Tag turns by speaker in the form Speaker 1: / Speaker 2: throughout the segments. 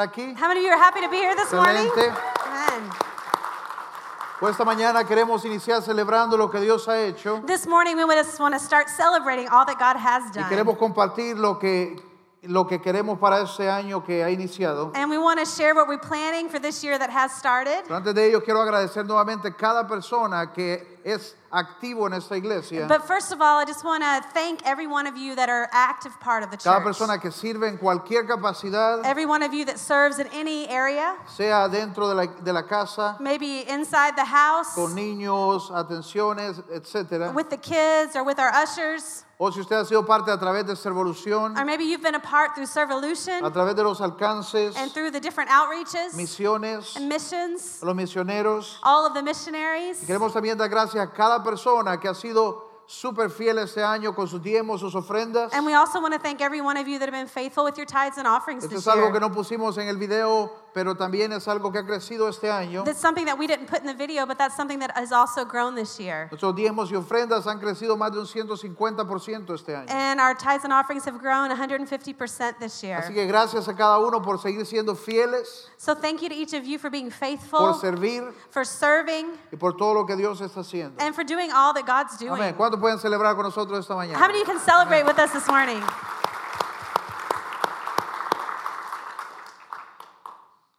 Speaker 1: aquí.
Speaker 2: How many of you are happy to be here this morning?
Speaker 1: Excelente.
Speaker 2: Amen.
Speaker 1: Pues esta mañana queremos iniciar celebrando lo que Dios ha hecho
Speaker 2: This morning, we just want to start celebrating all that God has
Speaker 1: y
Speaker 2: done.
Speaker 1: queremos compartir lo que, lo que queremos para este año que ha iniciado.
Speaker 2: And we want to share what we're planning for this year that has started.
Speaker 1: Pero antes de ello quiero agradecer nuevamente a cada persona que es activo en esta iglesia,
Speaker 2: But first of all, I just want to thank every one of you that are active part of the
Speaker 1: cada
Speaker 2: church.
Speaker 1: persona que sirve en cualquier capacidad,
Speaker 2: Every one of you that serves in any area,
Speaker 1: sea dentro de la, de la casa,
Speaker 2: maybe inside the house,
Speaker 1: con niños, atenciones, etcétera.
Speaker 2: with the kids, or with our ushers,
Speaker 1: O si usted ha sido parte a través de Servolución,
Speaker 2: or maybe you've been a part through
Speaker 1: a
Speaker 2: Servolution
Speaker 1: través de los alcances,
Speaker 2: and through the different outreaches
Speaker 1: misiones,
Speaker 2: and missions,
Speaker 1: los misioneros.
Speaker 2: all of the missionaries.
Speaker 1: Queremos también dar gracias a cada persona que ha sido súper fiel este año con sus diezmos, sus ofrendas.
Speaker 2: And we also want to thank every one of you that have been faithful with your tithes and offerings
Speaker 1: Esto
Speaker 2: this
Speaker 1: es algo que
Speaker 2: year.
Speaker 1: no pusimos en el video, pero también es algo que ha crecido este año.
Speaker 2: That's something that we didn't put in the video, but that's something that has also grown this year.
Speaker 1: Nuestros diezmos y ofrendas han crecido más de un 150% este año.
Speaker 2: And our tithes and offerings have grown 150% this
Speaker 1: Así
Speaker 2: year.
Speaker 1: que gracias a cada uno por seguir siendo fieles,
Speaker 2: So thank you to each of you for being
Speaker 1: por
Speaker 2: faithful,
Speaker 1: servir
Speaker 2: for serving,
Speaker 1: y por todo lo que Dios está haciendo.
Speaker 2: and for doing all that God's
Speaker 1: Amén.
Speaker 2: doing.
Speaker 1: ¿Cuántos pueden celebrar con nosotros esta
Speaker 2: How
Speaker 1: mañana?
Speaker 2: many of you can celebrate with us this morning?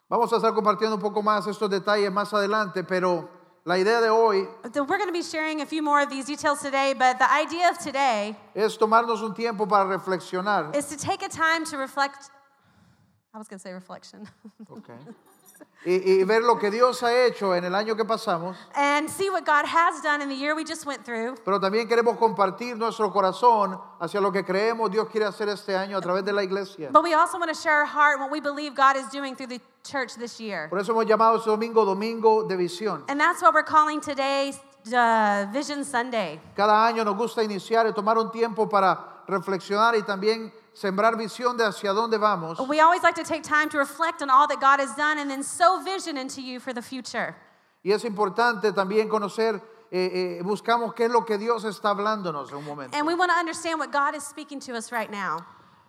Speaker 1: Vamos a estar compartiendo un poco más estos detalles más adelante, pero la idea de hoy
Speaker 2: So we're going to be sharing a few more of these details today, but the idea of today
Speaker 1: es tomarnos un tiempo para reflexionar.
Speaker 2: is to take a time to reflect. I was going to say reflection.
Speaker 1: Ok. Y, y ver lo que Dios ha hecho en el año que pasamos,
Speaker 2: and see what God has done in the year we just went through.
Speaker 1: pero también queremos compartir nuestro corazón hacia lo que creemos Dios quiere hacer este año a través de la iglesia.
Speaker 2: But we also want to share our heart and what we believe God is doing through the church this year.
Speaker 1: Por eso hemos llamado este domingo Domingo de Visión.
Speaker 2: And that's what we're calling today uh, Vision Sunday.
Speaker 1: Cada año nos gusta iniciar y tomar un tiempo para reflexionar y también sembrar visión de hacia dónde vamos.
Speaker 2: We always like to take time to reflect on all that God has done and then sow vision into you for the future.
Speaker 1: Y es importante también conocer, eh, eh, buscamos qué es lo que Dios está hablándonos en un momento.
Speaker 2: And we want to understand what God is speaking to us right now.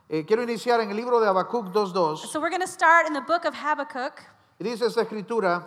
Speaker 1: Eh, quiero iniciar en el libro de Habacuc 2.2.
Speaker 2: So we're going to start in the book of Habakkuk.
Speaker 1: Y dice esta escritura,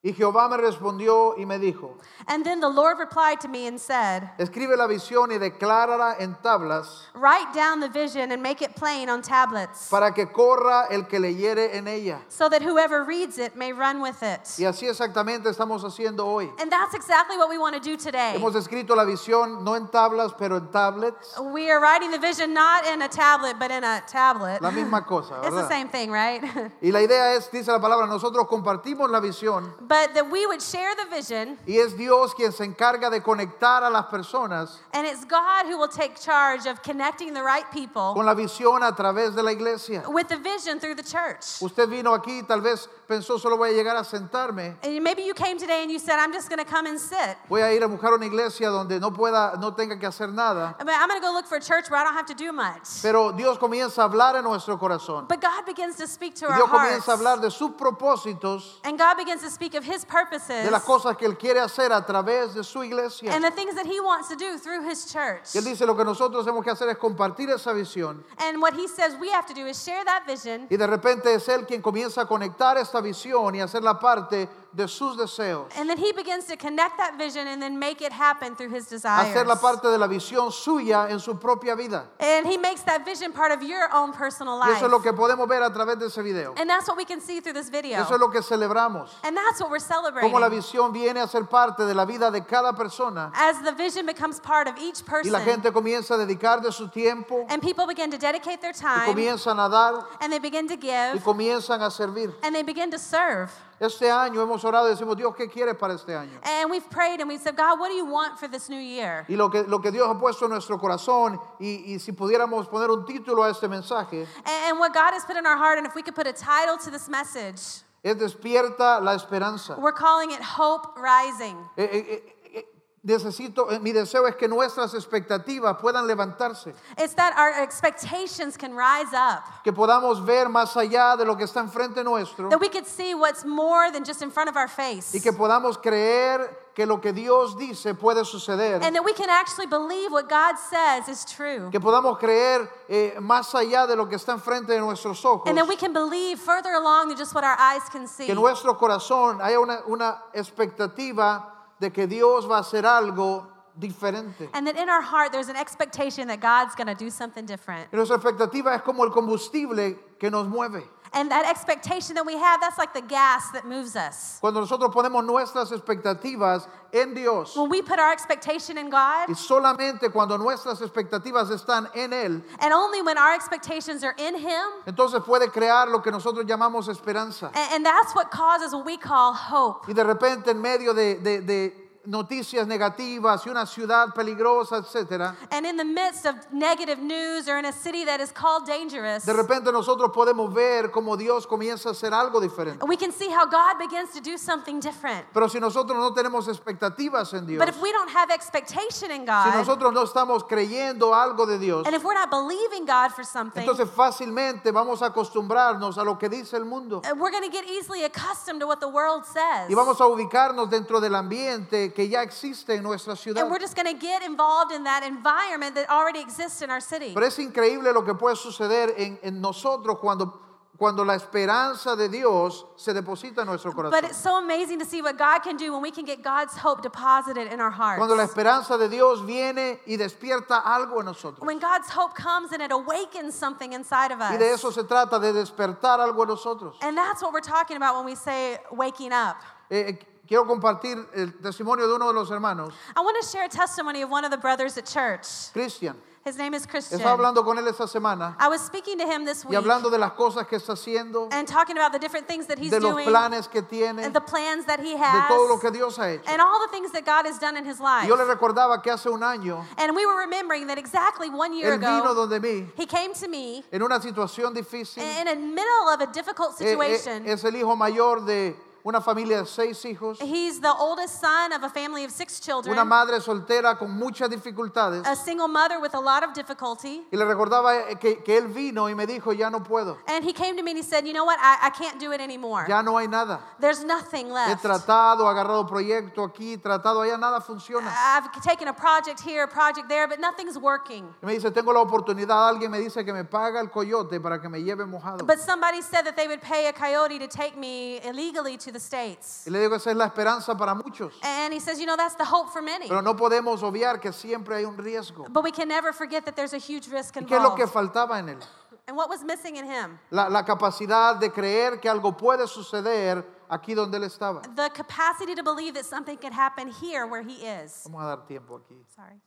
Speaker 1: y Jehová me respondió y me dijo,
Speaker 2: And then the Lord replied to me and said,
Speaker 1: escribe la visión y declárala en tablas
Speaker 2: Write down the vision and make it plain on tablets,
Speaker 1: para que corra el que leyere en ella.
Speaker 2: so that whoever reads it may run with it.
Speaker 1: Y así exactamente estamos haciendo hoy.
Speaker 2: And that's exactly what we want to do today.
Speaker 1: Hemos escrito la visión no en tablas, pero en tablets,
Speaker 2: We are writing the vision not in a tablet, but in a tablet.
Speaker 1: la misma cosa,
Speaker 2: It's the
Speaker 1: ¿verdad?
Speaker 2: same thing, right?
Speaker 1: Y la idea es, dice la palabra, nosotros compartimos la visión
Speaker 2: but that we would share the vision,
Speaker 1: y es Dios quien se encarga de conectar a las personas
Speaker 2: and it's God who will take charge of connecting the right people
Speaker 1: con la visión a través de la iglesia.
Speaker 2: with the vision through the church.
Speaker 1: Usted vino aquí, tal vez pensó solo voy a llegar a sentarme.
Speaker 2: And maybe you came today and you said, I'm just going to come and sit.
Speaker 1: Voy a ir a buscar una iglesia donde no pueda, no tenga que hacer nada.
Speaker 2: But I'm going to go look for a church where I don't have to do much.
Speaker 1: Pero Dios comienza a hablar en nuestro corazón.
Speaker 2: But God begins to speak to
Speaker 1: Y
Speaker 2: our
Speaker 1: Dios comienza a
Speaker 2: hearts.
Speaker 1: hablar de sus propósitos,
Speaker 2: And God begins to speak of His purposes
Speaker 1: de las cosas que Él quiere hacer a través de su iglesia.
Speaker 2: and the things that He wants to do through His church.
Speaker 1: Y Él dice, lo que nosotros tenemos que hacer es compartir esa visión.
Speaker 2: And what he says we have to do is share that vision.
Speaker 1: Y de repente es Él quien comienza a conectar esta visión y hacerla parte de sus deseos.
Speaker 2: And then he begins to connect that vision and then make it happen through his desires.
Speaker 1: Hacerla parte de la visión suya en su propia vida.
Speaker 2: And he makes that vision part of your own personal
Speaker 1: Y
Speaker 2: life.
Speaker 1: eso es lo que podemos ver a través de ese video.
Speaker 2: And that's what we can see through this video.
Speaker 1: Eso es lo que celebramos.
Speaker 2: and that's what we're celebrating.
Speaker 1: cómo la visión viene a ser parte de la vida de cada persona
Speaker 2: As the vision becomes part of each
Speaker 1: y
Speaker 2: person,
Speaker 1: la gente comienza a dedicar de su tiempo
Speaker 2: and people begin to dedicate their
Speaker 1: y
Speaker 2: time,
Speaker 1: comienzan a dar
Speaker 2: and they begin to
Speaker 1: y
Speaker 2: give,
Speaker 1: comienzan a servir.
Speaker 2: and they begin to serve.
Speaker 1: Este año hemos orado y decimos, Dios, ¿qué quieres para este año?
Speaker 2: And we've prayed and we said, God, what do you want for this new year?
Speaker 1: Y lo que, lo que Dios ha puesto en nuestro corazón y, y si pudiéramos poner un título a este mensaje
Speaker 2: And and what God has put in our heart, and if we could put a title to this message,
Speaker 1: es despierta la esperanza.
Speaker 2: We're calling it Hope Rising.
Speaker 1: Eh, eh, eh, eh, necesito, eh, mi deseo es que nuestras expectativas puedan levantarse,
Speaker 2: It's that our expectations can rise up,
Speaker 1: que podamos ver más allá de lo que está enfrente nuestro.
Speaker 2: that we could see what's more than just in front of our
Speaker 1: y
Speaker 2: face,
Speaker 1: que podamos creer que lo que Dios dice puede suceder,
Speaker 2: and that we can actually believe what God says is true.
Speaker 1: que podamos creer eh, más allá de lo que está enfrente de nuestros ojos,
Speaker 2: And that we can believe further along than just what our eyes can see.
Speaker 1: que en nuestro corazón haya una, una expectativa de que Dios va a hacer algo diferente.
Speaker 2: And that in our heart, there's an expectation that God's going to do something different.
Speaker 1: Y nuestra expectativa es como el combustible que nos mueve.
Speaker 2: And that expectation that we have, that's like the gas that moves us.
Speaker 1: Cuando nosotros ponemos nuestras expectativas en Dios
Speaker 2: When we put our expectation in God,
Speaker 1: y solamente cuando nuestras expectativas están en Él,
Speaker 2: and only when our expectations are in Him,
Speaker 1: entonces puede crear lo que nosotros llamamos esperanza.
Speaker 2: and, and that's what causes what we call hope.
Speaker 1: Y de repente en medio de, de- de noticias negativas y una ciudad peligrosa, etcétera,
Speaker 2: And in the midst of negative news or in a city that is called dangerous,
Speaker 1: de repente nosotros podemos ver cómo Dios comienza a hacer algo diferente.
Speaker 2: we can see how God begins to do something different.
Speaker 1: Pero si nosotros no tenemos expectativas en Dios,
Speaker 2: But if we don't have expectation in
Speaker 1: si
Speaker 2: God,
Speaker 1: nosotros no estamos creyendo algo de Dios,
Speaker 2: and if we're not believing God for something,
Speaker 1: Entonces fácilmente vamos a acostumbrarnos a lo que dice el mundo
Speaker 2: uh, we're going to get easily accustomed to what the world says.
Speaker 1: y vamos a ubicarnos dentro del ambiente que ya existe en nuestra ciudad.
Speaker 2: And we're just going to get involved in that environment that already exists in our city.
Speaker 1: Pero es increíble lo que puede suceder en, en nosotros cuando, cuando la esperanza de Dios se deposita en nuestro
Speaker 2: But
Speaker 1: corazón.
Speaker 2: it's so amazing to see what God can do when we can get God's hope deposited in our
Speaker 1: Cuando la
Speaker 2: hearts.
Speaker 1: esperanza de Dios viene y despierta algo en nosotros.
Speaker 2: When God's hope comes and it awakens something inside of
Speaker 1: Y de
Speaker 2: us.
Speaker 1: eso se trata, de despertar algo en nosotros.
Speaker 2: And that's what we're talking about when we say waking up.
Speaker 1: Eh, eh, quiero compartir el testimonio de uno de los hermanos,
Speaker 2: I want to share a testimony of one of the brothers at church.
Speaker 1: Christian.
Speaker 2: His name is Christian.
Speaker 1: Estaba hablando con él esta semana
Speaker 2: I was speaking to him this
Speaker 1: y
Speaker 2: week
Speaker 1: hablando de las cosas que está haciendo.
Speaker 2: and talking about the different things that he's
Speaker 1: de los
Speaker 2: doing
Speaker 1: planes que tiene,
Speaker 2: and
Speaker 1: de
Speaker 2: the plans that he
Speaker 1: todo lo
Speaker 2: has
Speaker 1: que Dios ha hecho.
Speaker 2: and all the things that God has done in his
Speaker 1: Y
Speaker 2: life.
Speaker 1: Yo le recordaba que hace un año
Speaker 2: And we were remembering that exactly one year
Speaker 1: él vino
Speaker 2: ago,
Speaker 1: donde mí
Speaker 2: he came to me
Speaker 1: en una situación difícil.
Speaker 2: in the middle of a difficult
Speaker 1: Eh, eh,
Speaker 2: situation.
Speaker 1: es el hijo mayor de una familia de seis hijos,
Speaker 2: He's the oldest son of a family of six
Speaker 1: una
Speaker 2: children,
Speaker 1: madre soltera con muchas dificultades.
Speaker 2: a single mother with a lot of difficulty.
Speaker 1: Y le recordaba eh, que, que él vino y me dijo, ya no puedo,
Speaker 2: And he came to me and he said, You know what? I, I can't do it anymore.
Speaker 1: ya no hay nada.
Speaker 2: There's nothing
Speaker 1: He
Speaker 2: left.
Speaker 1: tratado, agarrado proyecto aquí, tratado allá, nada funciona.
Speaker 2: I've taken a project here, a project there, but nothing's working.
Speaker 1: Y me dice, tengo la oportunidad, alguien me dice que me paga el coyote para que me lleve mojado.
Speaker 2: But somebody said that they would pay a coyote to take me illegally to the States.
Speaker 1: Y le digo, esa es la esperanza para muchos.
Speaker 2: And he says, You know, that's the hope for many.
Speaker 1: Pero no podemos obviar que siempre hay un riesgo.
Speaker 2: But we can never forget that there's a huge risk
Speaker 1: ¿Y ¿Qué es lo
Speaker 2: involved.
Speaker 1: que faltaba en él?
Speaker 2: And what was missing in him?
Speaker 1: La, la capacidad de creer que algo puede suceder aquí donde él estaba.
Speaker 2: The capacity to believe that something could happen here where he is.
Speaker 1: Vamos a dar tiempo aquí.
Speaker 2: Sorry.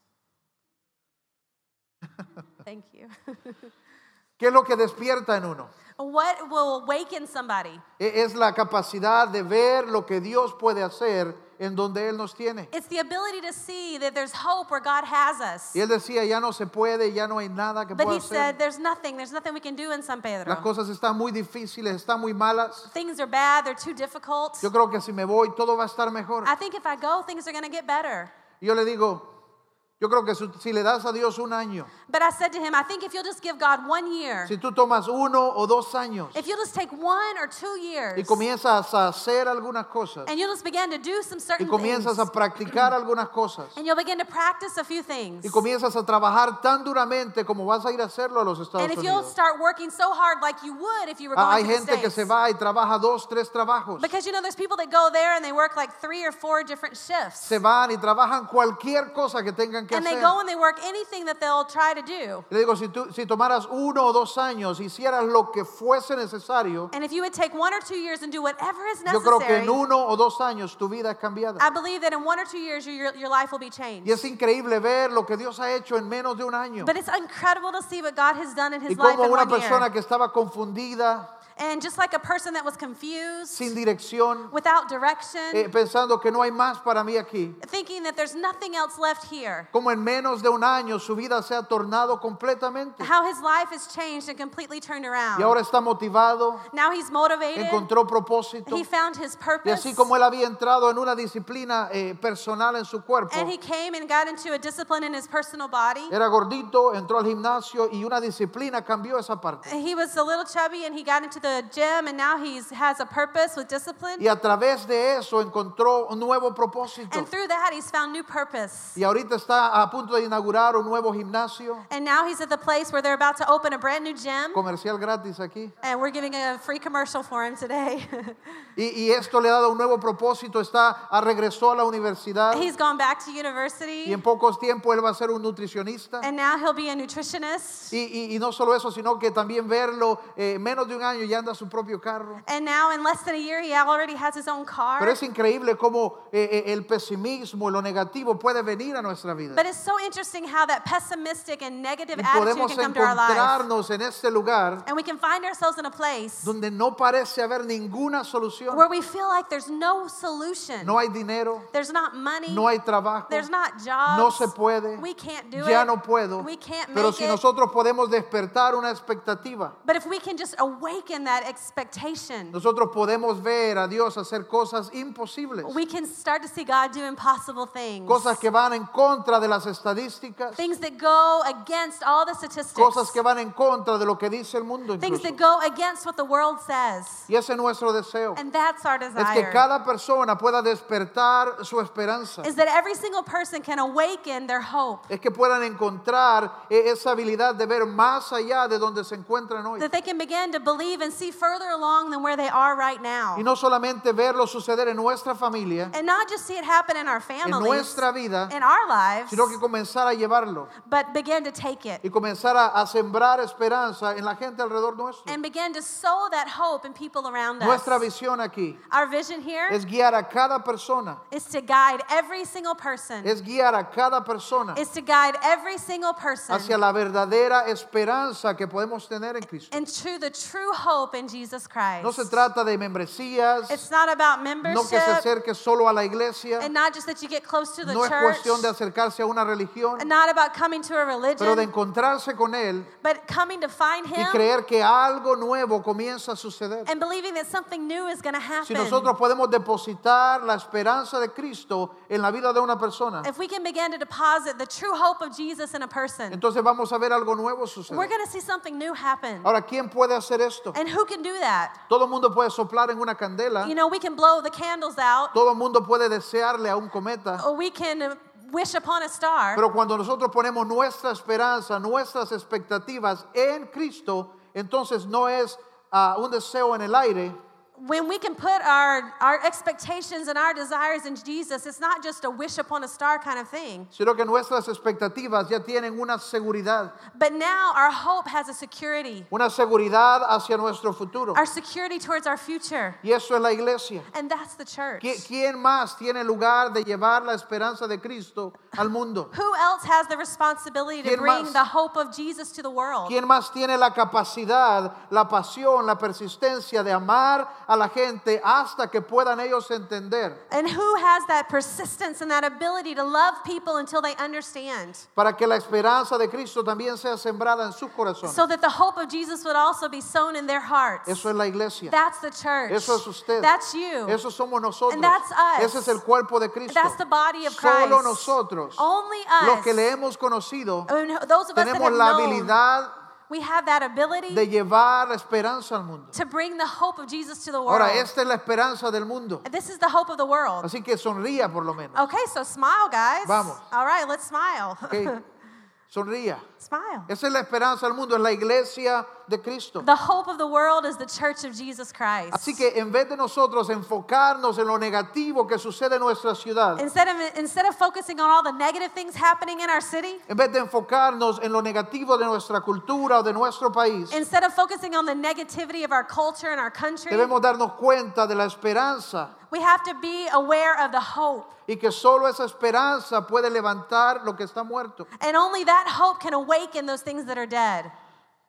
Speaker 2: Thank you.
Speaker 1: ¿Qué es lo que despierta en uno?
Speaker 2: what will awaken somebody?
Speaker 1: E- Es la capacidad de ver lo que Dios puede hacer en donde Él nos tiene.
Speaker 2: It's the ability to see that there's hope where God has us.
Speaker 1: Y Él decía, ya no se puede, ya no hay nada que
Speaker 2: But
Speaker 1: pueda
Speaker 2: he said,
Speaker 1: hacer.
Speaker 2: There's nothing. There's nothing we can do in San
Speaker 1: Las
Speaker 2: Pedro.
Speaker 1: cosas están muy difíciles, están muy malas.
Speaker 2: Things are bad. They're too difficult.
Speaker 1: Yo creo que si me voy, todo va a estar mejor.
Speaker 2: I think if I go, things are going to get better.
Speaker 1: Y yo le digo, yo creo que su- si le das a Dios un año,
Speaker 2: But I said to him, I think if you'll just give God one year,
Speaker 1: Si tú tomas uno o dos años
Speaker 2: if you'll just take one or two years,
Speaker 1: y comienzas a hacer algunas cosas
Speaker 2: and you'll just begin to do some
Speaker 1: y
Speaker 2: certain
Speaker 1: comienzas a
Speaker 2: things,
Speaker 1: practicar algunas cosas
Speaker 2: and you'll begin to practice a few things,
Speaker 1: y comienzas a trabajar tan duramente como vas a ir a hacerlo a los Estados
Speaker 2: and if you'll
Speaker 1: Unidos.
Speaker 2: start working so hard like you would if you were
Speaker 1: Ah, Hay
Speaker 2: going to the
Speaker 1: gente que se
Speaker 2: States.
Speaker 1: va y trabaja dos, tres trabajos.
Speaker 2: Because you know, there's people that go there and they work like three or four different shifts,
Speaker 1: Se van y trabajan cualquier cosa que tengan que
Speaker 2: and they
Speaker 1: hacer.
Speaker 2: go and they work anything that they'll try to do.
Speaker 1: Le digo, si, tú, si tomaras uno o dos años, hicieras lo que fuese necesario,
Speaker 2: And if you would take one or two years and do whatever is
Speaker 1: yo creo que en
Speaker 2: necessary,
Speaker 1: uno o dos años tu vida es cambiada.
Speaker 2: I believe that in one or two years your- your, your life will be changed.
Speaker 1: Y es increíble ver lo que Dios ha hecho en menos de un año.
Speaker 2: But it's incredible to see what God has done in his
Speaker 1: Y
Speaker 2: life
Speaker 1: como
Speaker 2: in
Speaker 1: una
Speaker 2: one
Speaker 1: persona
Speaker 2: year.
Speaker 1: que estaba confundida,
Speaker 2: And just like a person that was confused,
Speaker 1: sin dirección,
Speaker 2: without direction,
Speaker 1: eh, pensando que no hay más para mí aquí,
Speaker 2: thinking that there's nothing else left here,
Speaker 1: como en menos de un año su vida se ha tornado completamente.
Speaker 2: how his life has changed and completely turned around.
Speaker 1: Eh. Y ahora está motivado,
Speaker 2: now he's motivated.
Speaker 1: encontró propósito.
Speaker 2: He found his
Speaker 1: Y
Speaker 2: purpose.
Speaker 1: así como él había entrado en una disciplina eh, personal en su cuerpo,
Speaker 2: and he came and got into a discipline in his personal body.
Speaker 1: era gordito, entró al gimnasio y una disciplina cambió esa parte.
Speaker 2: He was a little chubby and he got into the gym and now he has a purpose with discipline.
Speaker 1: Y a través de eso encontró un nuevo propósito.
Speaker 2: And through that, he's found new purpose.
Speaker 1: Y ahorita está a punto de inaugurar un nuevo gimnasio
Speaker 2: And now he's at the place where they're about to open a brand new gym.
Speaker 1: comercial gratis aquí.
Speaker 2: And we're giving a free commercial for him today.
Speaker 1: Y, y esto le ha dado un nuevo propósito. Está, ah, regresó a la universidad
Speaker 2: he's gone back to
Speaker 1: y
Speaker 2: university.
Speaker 1: en pocos tiempos él va a ser un nutricionista.
Speaker 2: And now he'll be a nutritionist.
Speaker 1: Y, y- y no solo eso, sino que también verlo eh, menos de un año ya anda su propio carro.
Speaker 2: And now, in less than a year, he already has his own
Speaker 1: Pero
Speaker 2: car.
Speaker 1: es increíble cómo eh, eh, el pesimismo y lo negativo puede venir a nuestra vida.
Speaker 2: But it's so interesting how that pessimistic and negative
Speaker 1: Y
Speaker 2: attitude
Speaker 1: podemos
Speaker 2: can come to our lives.
Speaker 1: encontrarnos en este lugar
Speaker 2: And we can find ourselves in a place
Speaker 1: donde no parece haber ninguna solución.
Speaker 2: where we feel like there's no solution.
Speaker 1: No hay dinero,
Speaker 2: There's not money.
Speaker 1: no hay trabajo,
Speaker 2: There's not
Speaker 1: no
Speaker 2: jobs.
Speaker 1: se puede,
Speaker 2: We can't do
Speaker 1: ya
Speaker 2: it.
Speaker 1: no puedo.
Speaker 2: We can't
Speaker 1: Pero
Speaker 2: make
Speaker 1: si
Speaker 2: it.
Speaker 1: nosotros podemos despertar una expectativa,
Speaker 2: But if we can just awaken that expectation,
Speaker 1: nosotros podemos ver a Dios hacer cosas imposibles,
Speaker 2: we can start to see God do impossible things.
Speaker 1: cosas que van en contra de las estadísticas,
Speaker 2: things that go against all the statistics.
Speaker 1: cosas que van en contra de lo que dice el mundo.
Speaker 2: things
Speaker 1: incluso.
Speaker 2: that go against what the world says.
Speaker 1: Y ese es nuestro deseo.
Speaker 2: And that's our
Speaker 1: Es
Speaker 2: desire.
Speaker 1: que cada persona pueda despertar su esperanza.
Speaker 2: is that every single person can awaken their hope.
Speaker 1: Es que puedan encontrar eh, esa habilidad de ver más allá de donde se encuentran hoy.
Speaker 2: That they can begin to believe and see further along than where they are right now.
Speaker 1: Y no solamente verlo suceder en nuestra familia,
Speaker 2: and not just see it happen in our
Speaker 1: en
Speaker 2: families,
Speaker 1: nuestra vida,
Speaker 2: in our lives,
Speaker 1: sino que comenzar a llevarlo
Speaker 2: but begin to take it
Speaker 1: y comenzar a, a sembrar esperanza en la gente alrededor nuestro.
Speaker 2: and begin to sow that hope in people around
Speaker 1: Nuestra
Speaker 2: us.
Speaker 1: visión aquí
Speaker 2: Our vision here
Speaker 1: es
Speaker 2: is,
Speaker 1: guiar a cada persona,
Speaker 2: to guide every single person,
Speaker 1: es guiar a cada persona
Speaker 2: is to guide every single person
Speaker 1: hacia la verdadera esperanza que podemos tener en Cristo.
Speaker 2: into the true hope in Jesus Christ.
Speaker 1: No se trata de membresías,
Speaker 2: it's not about
Speaker 1: no que
Speaker 2: membership
Speaker 1: se acerque solo a la iglesia,
Speaker 2: and not just that you get close to the
Speaker 1: no es
Speaker 2: church
Speaker 1: cuestión de acercarse a una religión,
Speaker 2: and not about coming to a
Speaker 1: pero de
Speaker 2: religion,
Speaker 1: encontrarse con Él
Speaker 2: but coming to find
Speaker 1: y
Speaker 2: Him
Speaker 1: creer que algo nuevo comienza a suceder.
Speaker 2: and believing that something new is going to
Speaker 1: Si
Speaker 2: happen.
Speaker 1: nosotros podemos depositar la esperanza de Cristo en la vida de una persona,
Speaker 2: if we can begin to deposit the true hope of Jesus in a person,
Speaker 1: entonces vamos a ver algo nuevo
Speaker 2: we're
Speaker 1: suceder.
Speaker 2: going to see something new happen.
Speaker 1: Ahora, ¿quién puede hacer esto?
Speaker 2: And who can do that?
Speaker 1: Todo el mundo puede soplar en una candela,
Speaker 2: You know, we can blow the candles out,
Speaker 1: todo el mundo puede desearle a un cometa,
Speaker 2: or we can uh, wish upon a star.
Speaker 1: pero cuando nosotros ponemos nuestra esperanza, nuestras expectativas en Cristo, entonces no es ah, un deseo en el aire,
Speaker 2: when we can put our, our expectations and our desires in Jesus, it's not just a wish upon a star kind of thing,
Speaker 1: sino que nuestras expectativas ya tienen una seguridad,
Speaker 2: but now our hope has a security,
Speaker 1: una seguridad hacia nuestro futuro.
Speaker 2: our security towards our future.
Speaker 1: Y eso es la iglesia.
Speaker 2: And that's the church.
Speaker 1: ¿Qui- ¿Quién más tiene lugar de llevar la esperanza de Cristo al mundo?
Speaker 2: Who else has the responsibility to
Speaker 1: ¿Quién
Speaker 2: bring
Speaker 1: más?
Speaker 2: the hope of Jesus to the world?
Speaker 1: ¿Quién más tiene la capacidad, la pasión, la persistencia de amar a la gente hasta que puedan ellos entender?
Speaker 2: And who has that persistence and that ability to love people until they understand?
Speaker 1: Para que la esperanza de Cristo también sea sembrada en sus corazones.
Speaker 2: So that the hope of Jesus would also be sown in their hearts.
Speaker 1: Eso es la iglesia.
Speaker 2: That's the church.
Speaker 1: Eso es usted.
Speaker 2: That's you.
Speaker 1: Eso somos nosotros.
Speaker 2: And that's us.
Speaker 1: Ese es el cuerpo de Cristo.
Speaker 2: That's the body of Christ.
Speaker 1: Solo nosotros,
Speaker 2: Only
Speaker 1: los
Speaker 2: us.
Speaker 1: que le hemos conocido,
Speaker 2: I mean, those of us that
Speaker 1: tenemos
Speaker 2: have
Speaker 1: la
Speaker 2: known,
Speaker 1: habilidad
Speaker 2: we have that ability
Speaker 1: de llevar la esperanza al mundo.
Speaker 2: to bring the hope of Jesus to the world.
Speaker 1: Ahora, esta es la esperanza del mundo.
Speaker 2: this is the hope of the world.
Speaker 1: Así que sonría por lo menos.
Speaker 2: Okay, so smile, guys.
Speaker 1: Vamos.
Speaker 2: All right, let's smile.
Speaker 1: ¿ok? Sonría.
Speaker 2: smile.
Speaker 1: Esa es la esperanza del mundo, es la iglesia de Cristo.
Speaker 2: The hope of the world is the church of Jesus Christ.
Speaker 1: Así que en vez de nosotros enfocarnos en lo negativo que sucede en nuestra ciudad,
Speaker 2: instead of instead of focusing on all the negative things happening in our city,
Speaker 1: en vez de enfocarnos en lo negativo de nuestra cultura o de nuestro país,
Speaker 2: instead of focusing on the negativity of our culture and our country,
Speaker 1: debemos darnos cuenta de la esperanza
Speaker 2: we have to be aware of the hope.
Speaker 1: y que solo esa esperanza puede levantar lo que está muerto.
Speaker 2: And only that hope can awaken those things that are dead.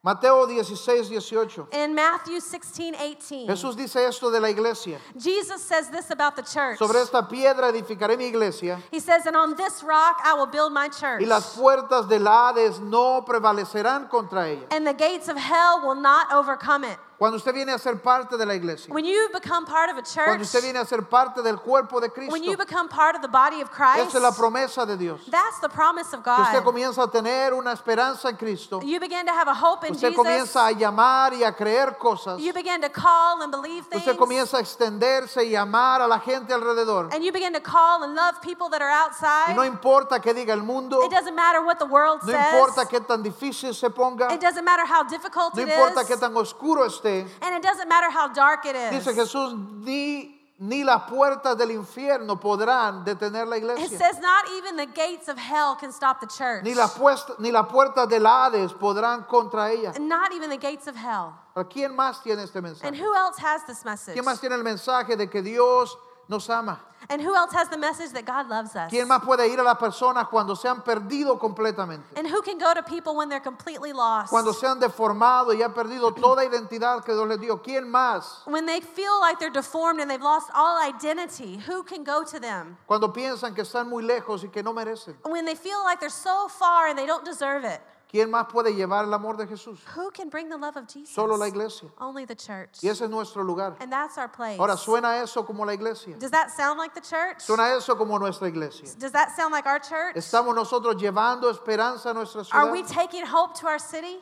Speaker 1: Mateo 16, 18.
Speaker 2: In Matthew 16, 18,
Speaker 1: Jesús dice esto de la iglesia.
Speaker 2: Jesus says this about the church.
Speaker 1: Sobre esta piedra edificaré mi iglesia
Speaker 2: He says, And on this rock I will build my church,
Speaker 1: y las puertas del Hades no prevalecerán contra ella.
Speaker 2: and the gates of hell will not overcome it.
Speaker 1: Cuando usted viene a ser parte de la iglesia,
Speaker 2: When you become part of a
Speaker 1: cuando
Speaker 2: church,
Speaker 1: usted viene a ser parte del cuerpo de
Speaker 2: when you
Speaker 1: Cristo,
Speaker 2: become part of the body of Christ,
Speaker 1: esa es la promesa de Dios.
Speaker 2: that's the promise of
Speaker 1: Que usted
Speaker 2: God.
Speaker 1: comienza a tener una esperanza en Cristo.
Speaker 2: You begin to have a hope in
Speaker 1: Usted
Speaker 2: Jesus.
Speaker 1: comienza a llamar y a creer cosas.
Speaker 2: You begin to call and believe things.
Speaker 1: Usted comienza a extenderse y amar a la gente alrededor.
Speaker 2: And you begin to call and love people that are
Speaker 1: Y no
Speaker 2: outside.
Speaker 1: importa que diga el mundo,
Speaker 2: It doesn't matter what the world
Speaker 1: no importa
Speaker 2: says.
Speaker 1: qué tan difícil se ponga,
Speaker 2: It doesn't matter how difficult
Speaker 1: no
Speaker 2: it
Speaker 1: importa qué
Speaker 2: is.
Speaker 1: tan oscuro esté.
Speaker 2: And it doesn't matter how dark it is.
Speaker 1: Dice Jesús, ni, ni las puertas del infierno podrán detener la
Speaker 2: It
Speaker 1: iglesia.
Speaker 2: says not even the gates of hell can stop the church.
Speaker 1: Ni las puest- ni las puertas del Hades podrán contra ella.
Speaker 2: And not even the gates of hell.
Speaker 1: Ahora, ¿Quién más tiene este
Speaker 2: And
Speaker 1: mensaje?
Speaker 2: who else has this message?
Speaker 1: ¿Quién más tiene el mensaje de que Dios nos ama?
Speaker 2: And who else has the message that God loves us?
Speaker 1: ¿Quién más puede ir a las personas cuando se han perdido completamente?
Speaker 2: And who can go to people when they're completely lost?
Speaker 1: Cuando se han deformado y han perdido toda identidad que Dios les dio. ¿Quién más?
Speaker 2: when they feel like they're deformed and they've lost all identity, who can go to them?
Speaker 1: Cuando piensan que están muy lejos y que no merecen.
Speaker 2: When they feel like they're so far and they don't deserve it,
Speaker 1: ¿Quién más puede llevar el amor de Jesús?
Speaker 2: who can bring the love of Jesus?
Speaker 1: Solo la iglesia.
Speaker 2: Only the church.
Speaker 1: Y ese es nuestro lugar.
Speaker 2: And that's our place.
Speaker 1: Ahora, ¿suena eso como la iglesia?
Speaker 2: Does that sound like the church?
Speaker 1: ¿Suena eso como nuestra iglesia?
Speaker 2: Does that sound like our church?
Speaker 1: ¿Estamos nosotros llevando esperanza a nuestra ciudad?
Speaker 2: Are we taking hope to our city?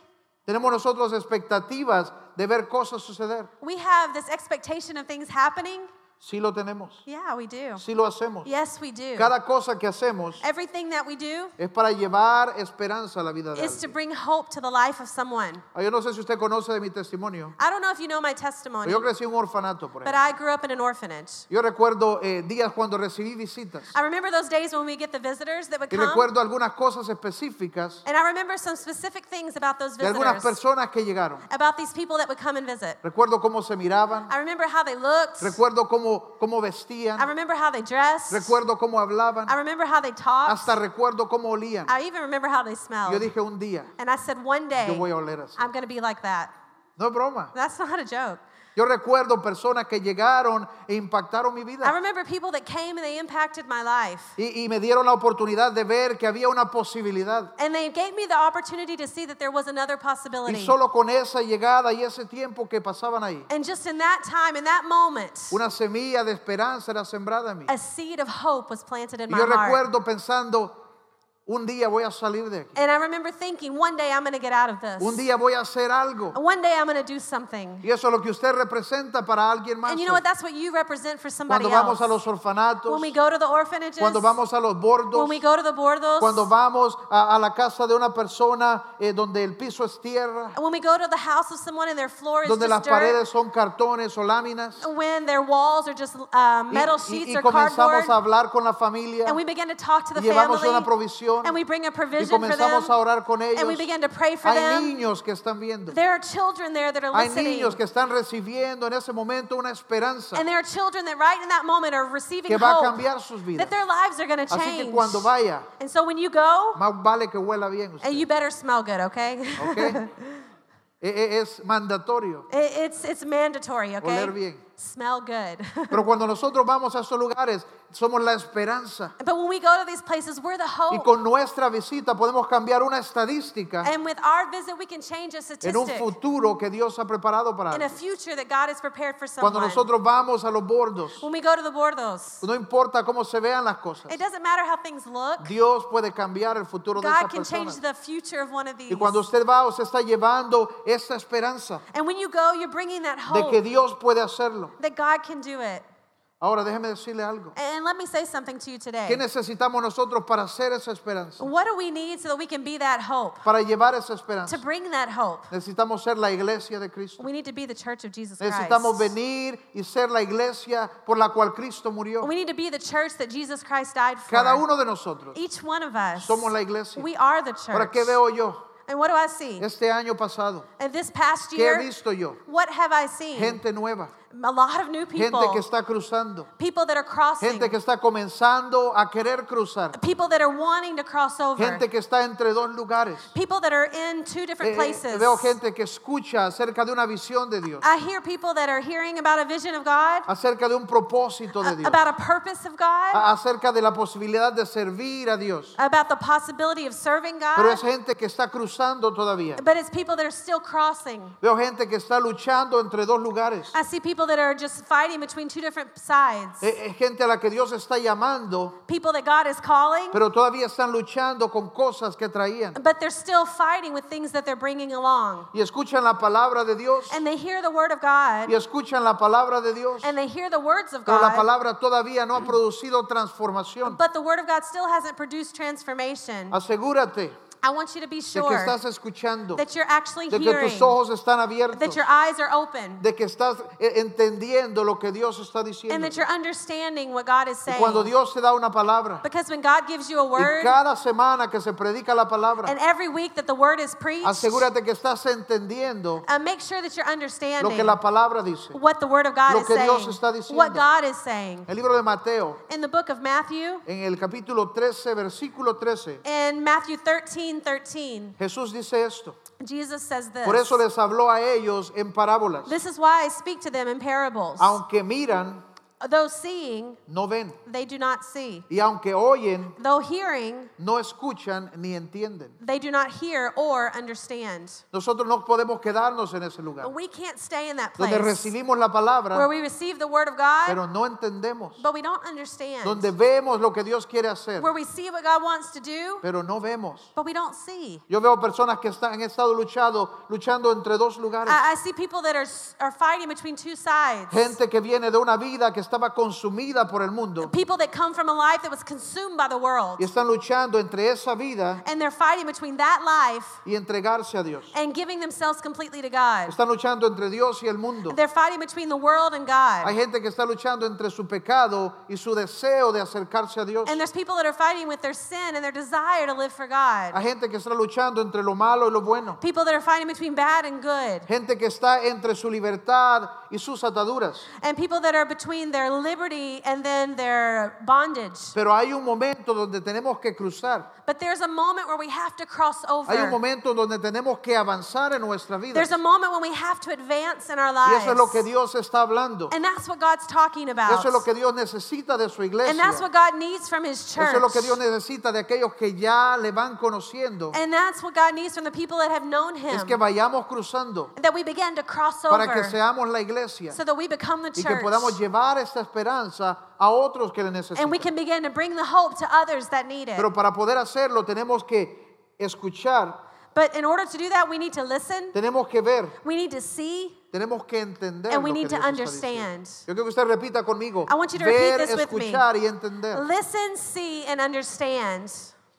Speaker 1: ¿Tenemos nosotros expectativas de ver cosas suceder?
Speaker 2: We have this expectation of things happening.
Speaker 1: Sí lo tenemos.
Speaker 2: Yeah, we do.
Speaker 1: Sí lo hacemos.
Speaker 2: Yes, we do.
Speaker 1: Cada cosa que hacemos
Speaker 2: Everything that we do
Speaker 1: es para llevar esperanza a la vida de
Speaker 2: is to
Speaker 1: alguien.
Speaker 2: bring hope to the life of someone.
Speaker 1: Ah, Yo no sé si usted conoce de mi testimonio.
Speaker 2: I don't know if you know my
Speaker 1: pero
Speaker 2: testimony,
Speaker 1: Yo crecí en un orfanato, por
Speaker 2: but
Speaker 1: ejemplo.
Speaker 2: I grew up in an orphanage.
Speaker 1: Yo recuerdo eh, días cuando recibí visitas.
Speaker 2: I remember those days when we get the visitors that would
Speaker 1: Y
Speaker 2: come,
Speaker 1: recuerdo algunas cosas específicas
Speaker 2: and I remember some specific things about those
Speaker 1: de algunas
Speaker 2: visitors,
Speaker 1: personas que llegaron.
Speaker 2: about these people that would come and visit.
Speaker 1: Recuerdo cómo se miraban.
Speaker 2: I remember how they looked.
Speaker 1: Recuerdo cómo, cómo vestían.
Speaker 2: I remember how they dressed.
Speaker 1: Recuerdo cómo hablaban.
Speaker 2: I remember how they talked.
Speaker 1: Hasta recuerdo cómo olían.
Speaker 2: I even remember how they
Speaker 1: Yo
Speaker 2: smelled.
Speaker 1: dije un día,
Speaker 2: And I said, one day,
Speaker 1: yo voy a oler así.
Speaker 2: I'm going to be like that.
Speaker 1: No es broma.
Speaker 2: That's not a joke.
Speaker 1: Yo recuerdo personas que llegaron e impactaron mi
Speaker 2: I
Speaker 1: vida.
Speaker 2: remember people that came and they impacted my life.
Speaker 1: Y, y me dieron la oportunidad de ver que había una posibilidad.
Speaker 2: And they gave me the opportunity to see that there was another
Speaker 1: Y
Speaker 2: possibility.
Speaker 1: solo con esa llegada y ese tiempo que pasaban ahí,
Speaker 2: And just in that time, in that moment,
Speaker 1: una semilla de esperanza era sembrada en mí.
Speaker 2: a seed of hope was planted in
Speaker 1: Y
Speaker 2: my
Speaker 1: yo
Speaker 2: heart.
Speaker 1: recuerdo pensando, un día voy a salir de aquí.
Speaker 2: And I remember thinking, one day I'm going to get out of this.
Speaker 1: Un día voy a hacer algo.
Speaker 2: One day I'm going to do something.
Speaker 1: Y eso es lo que usted representa para alguien más.
Speaker 2: And you know what? That's what you represent for somebody
Speaker 1: Cuando vamos a
Speaker 2: else.
Speaker 1: los orfanatos,
Speaker 2: When we go to the orphanages,
Speaker 1: cuando vamos a los bordos,
Speaker 2: when we go to the bordos,
Speaker 1: cuando vamos a, a la casa de una persona eh, donde el piso es tierra,
Speaker 2: when we go to the house of someone and their floor is
Speaker 1: donde las
Speaker 2: just dirt,
Speaker 1: paredes son cartones o láminas,
Speaker 2: when their walls are just uh,
Speaker 1: y-
Speaker 2: metal
Speaker 1: y,
Speaker 2: sheets
Speaker 1: y
Speaker 2: or
Speaker 1: comenzamos a
Speaker 2: cardboard,
Speaker 1: hablar con la familia,
Speaker 2: and we begin to talk to the
Speaker 1: y llevamos
Speaker 2: family,
Speaker 1: una provisión,
Speaker 2: and we bring
Speaker 1: y
Speaker 2: a provision for them,
Speaker 1: comenzamos a orar con ellos.
Speaker 2: and we begin to pray for
Speaker 1: Hay
Speaker 2: them.
Speaker 1: niños que están viendo,
Speaker 2: There are children there that are
Speaker 1: hay
Speaker 2: listening,
Speaker 1: niños que están recibiendo en ese momento una esperanza
Speaker 2: and there are children that right in that moment are receiving
Speaker 1: que va a
Speaker 2: hope
Speaker 1: cambiar sus vidas.
Speaker 2: that their lives are going to
Speaker 1: Así que
Speaker 2: change.
Speaker 1: cuando vaya,
Speaker 2: And so when you go,
Speaker 1: más vale que huela bien usted.
Speaker 2: and you better smell good, okay?
Speaker 1: ¿ok? E- e- es mandatorio.
Speaker 2: It- it's it's mandatory, okay?
Speaker 1: Oler bien.
Speaker 2: Smell good.
Speaker 1: Pero cuando nosotros vamos a esos lugares, somos la esperanza.
Speaker 2: but when we go to these places, we're the
Speaker 1: Y
Speaker 2: hope.
Speaker 1: con nuestra visita podemos cambiar una estadística
Speaker 2: Oh. And with our visit, we can change a
Speaker 1: en un
Speaker 2: statistic
Speaker 1: futuro que Dios ha preparado para
Speaker 2: in a
Speaker 1: nosotros.
Speaker 2: future that God has prepared for someone.
Speaker 1: Cuando nosotros vamos a los bordos,
Speaker 2: when we go to the bordos,
Speaker 1: no importa cómo se vean las cosas,
Speaker 2: it doesn't matter how things look.
Speaker 1: Dios puede cambiar el futuro de
Speaker 2: God
Speaker 1: esas
Speaker 2: can change
Speaker 1: personas.
Speaker 2: the future of one of these.
Speaker 1: Y cuando usted va, usted está llevando esa esperanza
Speaker 2: and when you go, you're bringing that
Speaker 1: de que
Speaker 2: hope
Speaker 1: Dios puede hacerlo.
Speaker 2: that God can do it.
Speaker 1: Ahora déjeme decirle algo.
Speaker 2: And let me say something to you today.
Speaker 1: ¿Qué necesitamos nosotros para hacer esa esperanza?
Speaker 2: What do we need so that we can be that hope?
Speaker 1: Para llevar esa
Speaker 2: To
Speaker 1: esperanza.
Speaker 2: bring that hope,
Speaker 1: Necesitamos ser la iglesia de Cristo.
Speaker 2: we need to be the church of Jesus
Speaker 1: Necesitamos
Speaker 2: Christ.
Speaker 1: venir y ser la iglesia por la cual Cristo murió.
Speaker 2: We need to be the church that Jesus Christ died for.
Speaker 1: Cada uno de nosotros.
Speaker 2: Each one of us.
Speaker 1: Somos la iglesia.
Speaker 2: We are the church.
Speaker 1: Ahora, ¿qué veo yo
Speaker 2: And what do I see?
Speaker 1: este año pasado?
Speaker 2: And this past
Speaker 1: ¿Qué he
Speaker 2: year,
Speaker 1: visto yo?
Speaker 2: what have I seen?
Speaker 1: Gente nueva,
Speaker 2: a lot of new
Speaker 1: gente que
Speaker 2: people,
Speaker 1: está cruzando,
Speaker 2: people that are crossing,
Speaker 1: gente que está comenzando a querer cruzar,
Speaker 2: people that are wanting to cross over,
Speaker 1: gente que está entre dos lugares.
Speaker 2: people that are in two different
Speaker 1: Eh,
Speaker 2: places.
Speaker 1: veo gente que escucha acerca de una visión de Dios,
Speaker 2: I hear people that are hearing about a vision of God,
Speaker 1: acerca de un propósito de Dios,
Speaker 2: about a purpose of God,
Speaker 1: a- acerca de la posibilidad de servir a Dios.
Speaker 2: about the possibility of serving
Speaker 1: Pero es
Speaker 2: God,
Speaker 1: gente que está cruzando todavía.
Speaker 2: but it's people that are still crossing.
Speaker 1: Veo gente que está luchando entre dos lugares.
Speaker 2: I see people that are just fighting between two different sides.
Speaker 1: Eh, eh, gente a la que Dios está llamando,
Speaker 2: People that God is calling,
Speaker 1: pero todavía están luchando con cosas que traían.
Speaker 2: but they're still fighting with things that they're bringing along.
Speaker 1: Y escuchan la palabra de Dios.
Speaker 2: And they hear the word of
Speaker 1: Y
Speaker 2: God,
Speaker 1: escuchan la palabra de Dios.
Speaker 2: and they hear the words of
Speaker 1: Pero la
Speaker 2: God, Mm.
Speaker 1: palabra todavía no ha producido transformación.
Speaker 2: but the word of God still hasn't produced transformation.
Speaker 1: Asegúrate de
Speaker 2: I want you to be
Speaker 1: que
Speaker 2: sure
Speaker 1: estás escuchando,
Speaker 2: that you're actually
Speaker 1: de que
Speaker 2: hearing,
Speaker 1: tus ojos están
Speaker 2: that
Speaker 1: abiertos,
Speaker 2: your eyes are open,
Speaker 1: de que estás eh, entendiendo lo que Dios está
Speaker 2: and
Speaker 1: diciendo.
Speaker 2: that you're understanding what God is
Speaker 1: Y cuando
Speaker 2: saying.
Speaker 1: Dios te da una palabra,
Speaker 2: Because when God gives you a
Speaker 1: y
Speaker 2: word,
Speaker 1: cada semana que se predica la palabra,
Speaker 2: and every week that the word is preached,
Speaker 1: Asegúrate que estás entendiendo
Speaker 2: uh, make sure that you're
Speaker 1: lo
Speaker 2: understanding
Speaker 1: que la palabra dice.
Speaker 2: what the word of God
Speaker 1: lo
Speaker 2: is
Speaker 1: que Dios está
Speaker 2: saying,
Speaker 1: diciendo.
Speaker 2: what God is saying.
Speaker 1: El libro de Mateo,
Speaker 2: In the book of Matthew,
Speaker 1: en el capítulo 13, versículo 13,
Speaker 2: in Matthew 13, 13,
Speaker 1: Jesús dice esto.
Speaker 2: Jesus says this.
Speaker 1: Por eso les habló a ellos en parábolas.
Speaker 2: This is why I speak to them in parables.
Speaker 1: Aunque miran,
Speaker 2: Though seeing,
Speaker 1: no ven.
Speaker 2: they do not see.
Speaker 1: Y aunque oyen,
Speaker 2: Though hearing,
Speaker 1: no escuchan ni entienden.
Speaker 2: they do not hear or understand.
Speaker 1: Nosotros no podemos quedarnos en ese lugar.
Speaker 2: We can't stay in that
Speaker 1: Donde
Speaker 2: place
Speaker 1: recibimos la
Speaker 2: where
Speaker 1: palabra,
Speaker 2: we receive the word of God,
Speaker 1: pero no entendemos.
Speaker 2: but we don't understand.
Speaker 1: Donde vemos lo que Dios quiere hacer,
Speaker 2: Where we see what God wants to do,
Speaker 1: pero no vemos.
Speaker 2: but we don't see.
Speaker 1: Yo veo personas que están, han estado luchado, luchando entre dos lugares.
Speaker 2: I, I see people that are, s- are fighting between two sides.
Speaker 1: Gente que viene de una vida que estaba consumida por el mundo
Speaker 2: People that come from a life that was consumed by the world,
Speaker 1: y están luchando entre esa vida
Speaker 2: and they're fighting between that life
Speaker 1: y entregarse a Dios.
Speaker 2: and giving themselves completely to God.
Speaker 1: Están luchando entre Dios y el mundo.
Speaker 2: They're fighting between the world and God.
Speaker 1: Hay gente que está luchando entre su pecado y su deseo de acercarse a Dios.
Speaker 2: And there's people that are fighting with their sin and their desire to live for God.
Speaker 1: Hay gente que está luchando entre lo malo y lo bueno.
Speaker 2: People that are fighting between bad and good.
Speaker 1: Gente que está entre su libertad y sus ataduras.
Speaker 2: And people that are between their liberty and then their bondage.
Speaker 1: Pero hay un momento donde tenemos que cruzar.
Speaker 2: But there's a moment where we have to cross
Speaker 1: Hay un
Speaker 2: over.
Speaker 1: momento donde tenemos que avanzar en nuestra vida.
Speaker 2: There's a moment when we have to advance in our
Speaker 1: Y eso es lo que
Speaker 2: lives.
Speaker 1: Dios está hablando.
Speaker 2: And that's what God's talking about.
Speaker 1: Eso es lo que Dios necesita de su iglesia.
Speaker 2: And that's what God needs from His
Speaker 1: Eso es
Speaker 2: church.
Speaker 1: lo que Dios necesita de aquellos que ya le van conociendo.
Speaker 2: And that's what God needs from the people that have known
Speaker 1: Es que
Speaker 2: Him.
Speaker 1: vayamos cruzando
Speaker 2: That we begin to cross
Speaker 1: para que
Speaker 2: over
Speaker 1: seamos la iglesia
Speaker 2: so that we become the
Speaker 1: y que podamos
Speaker 2: church.
Speaker 1: llevar esta esperanza a otros que le
Speaker 2: And we
Speaker 1: necesitan.
Speaker 2: can begin to bring the hope to others that need it.
Speaker 1: Pero para poder hacerlo tenemos que escuchar,
Speaker 2: But in order to do that, we need to listen,
Speaker 1: tenemos que ver,
Speaker 2: we need to see,
Speaker 1: tenemos que entender.
Speaker 2: And we
Speaker 1: lo que
Speaker 2: need to
Speaker 1: Dios está diciendo.
Speaker 2: understand.
Speaker 1: Yo quiero que usted repita conmigo.
Speaker 2: I want you to repeat
Speaker 1: ver,
Speaker 2: this with me.
Speaker 1: escuchar y entender.
Speaker 2: listen, see, and understand.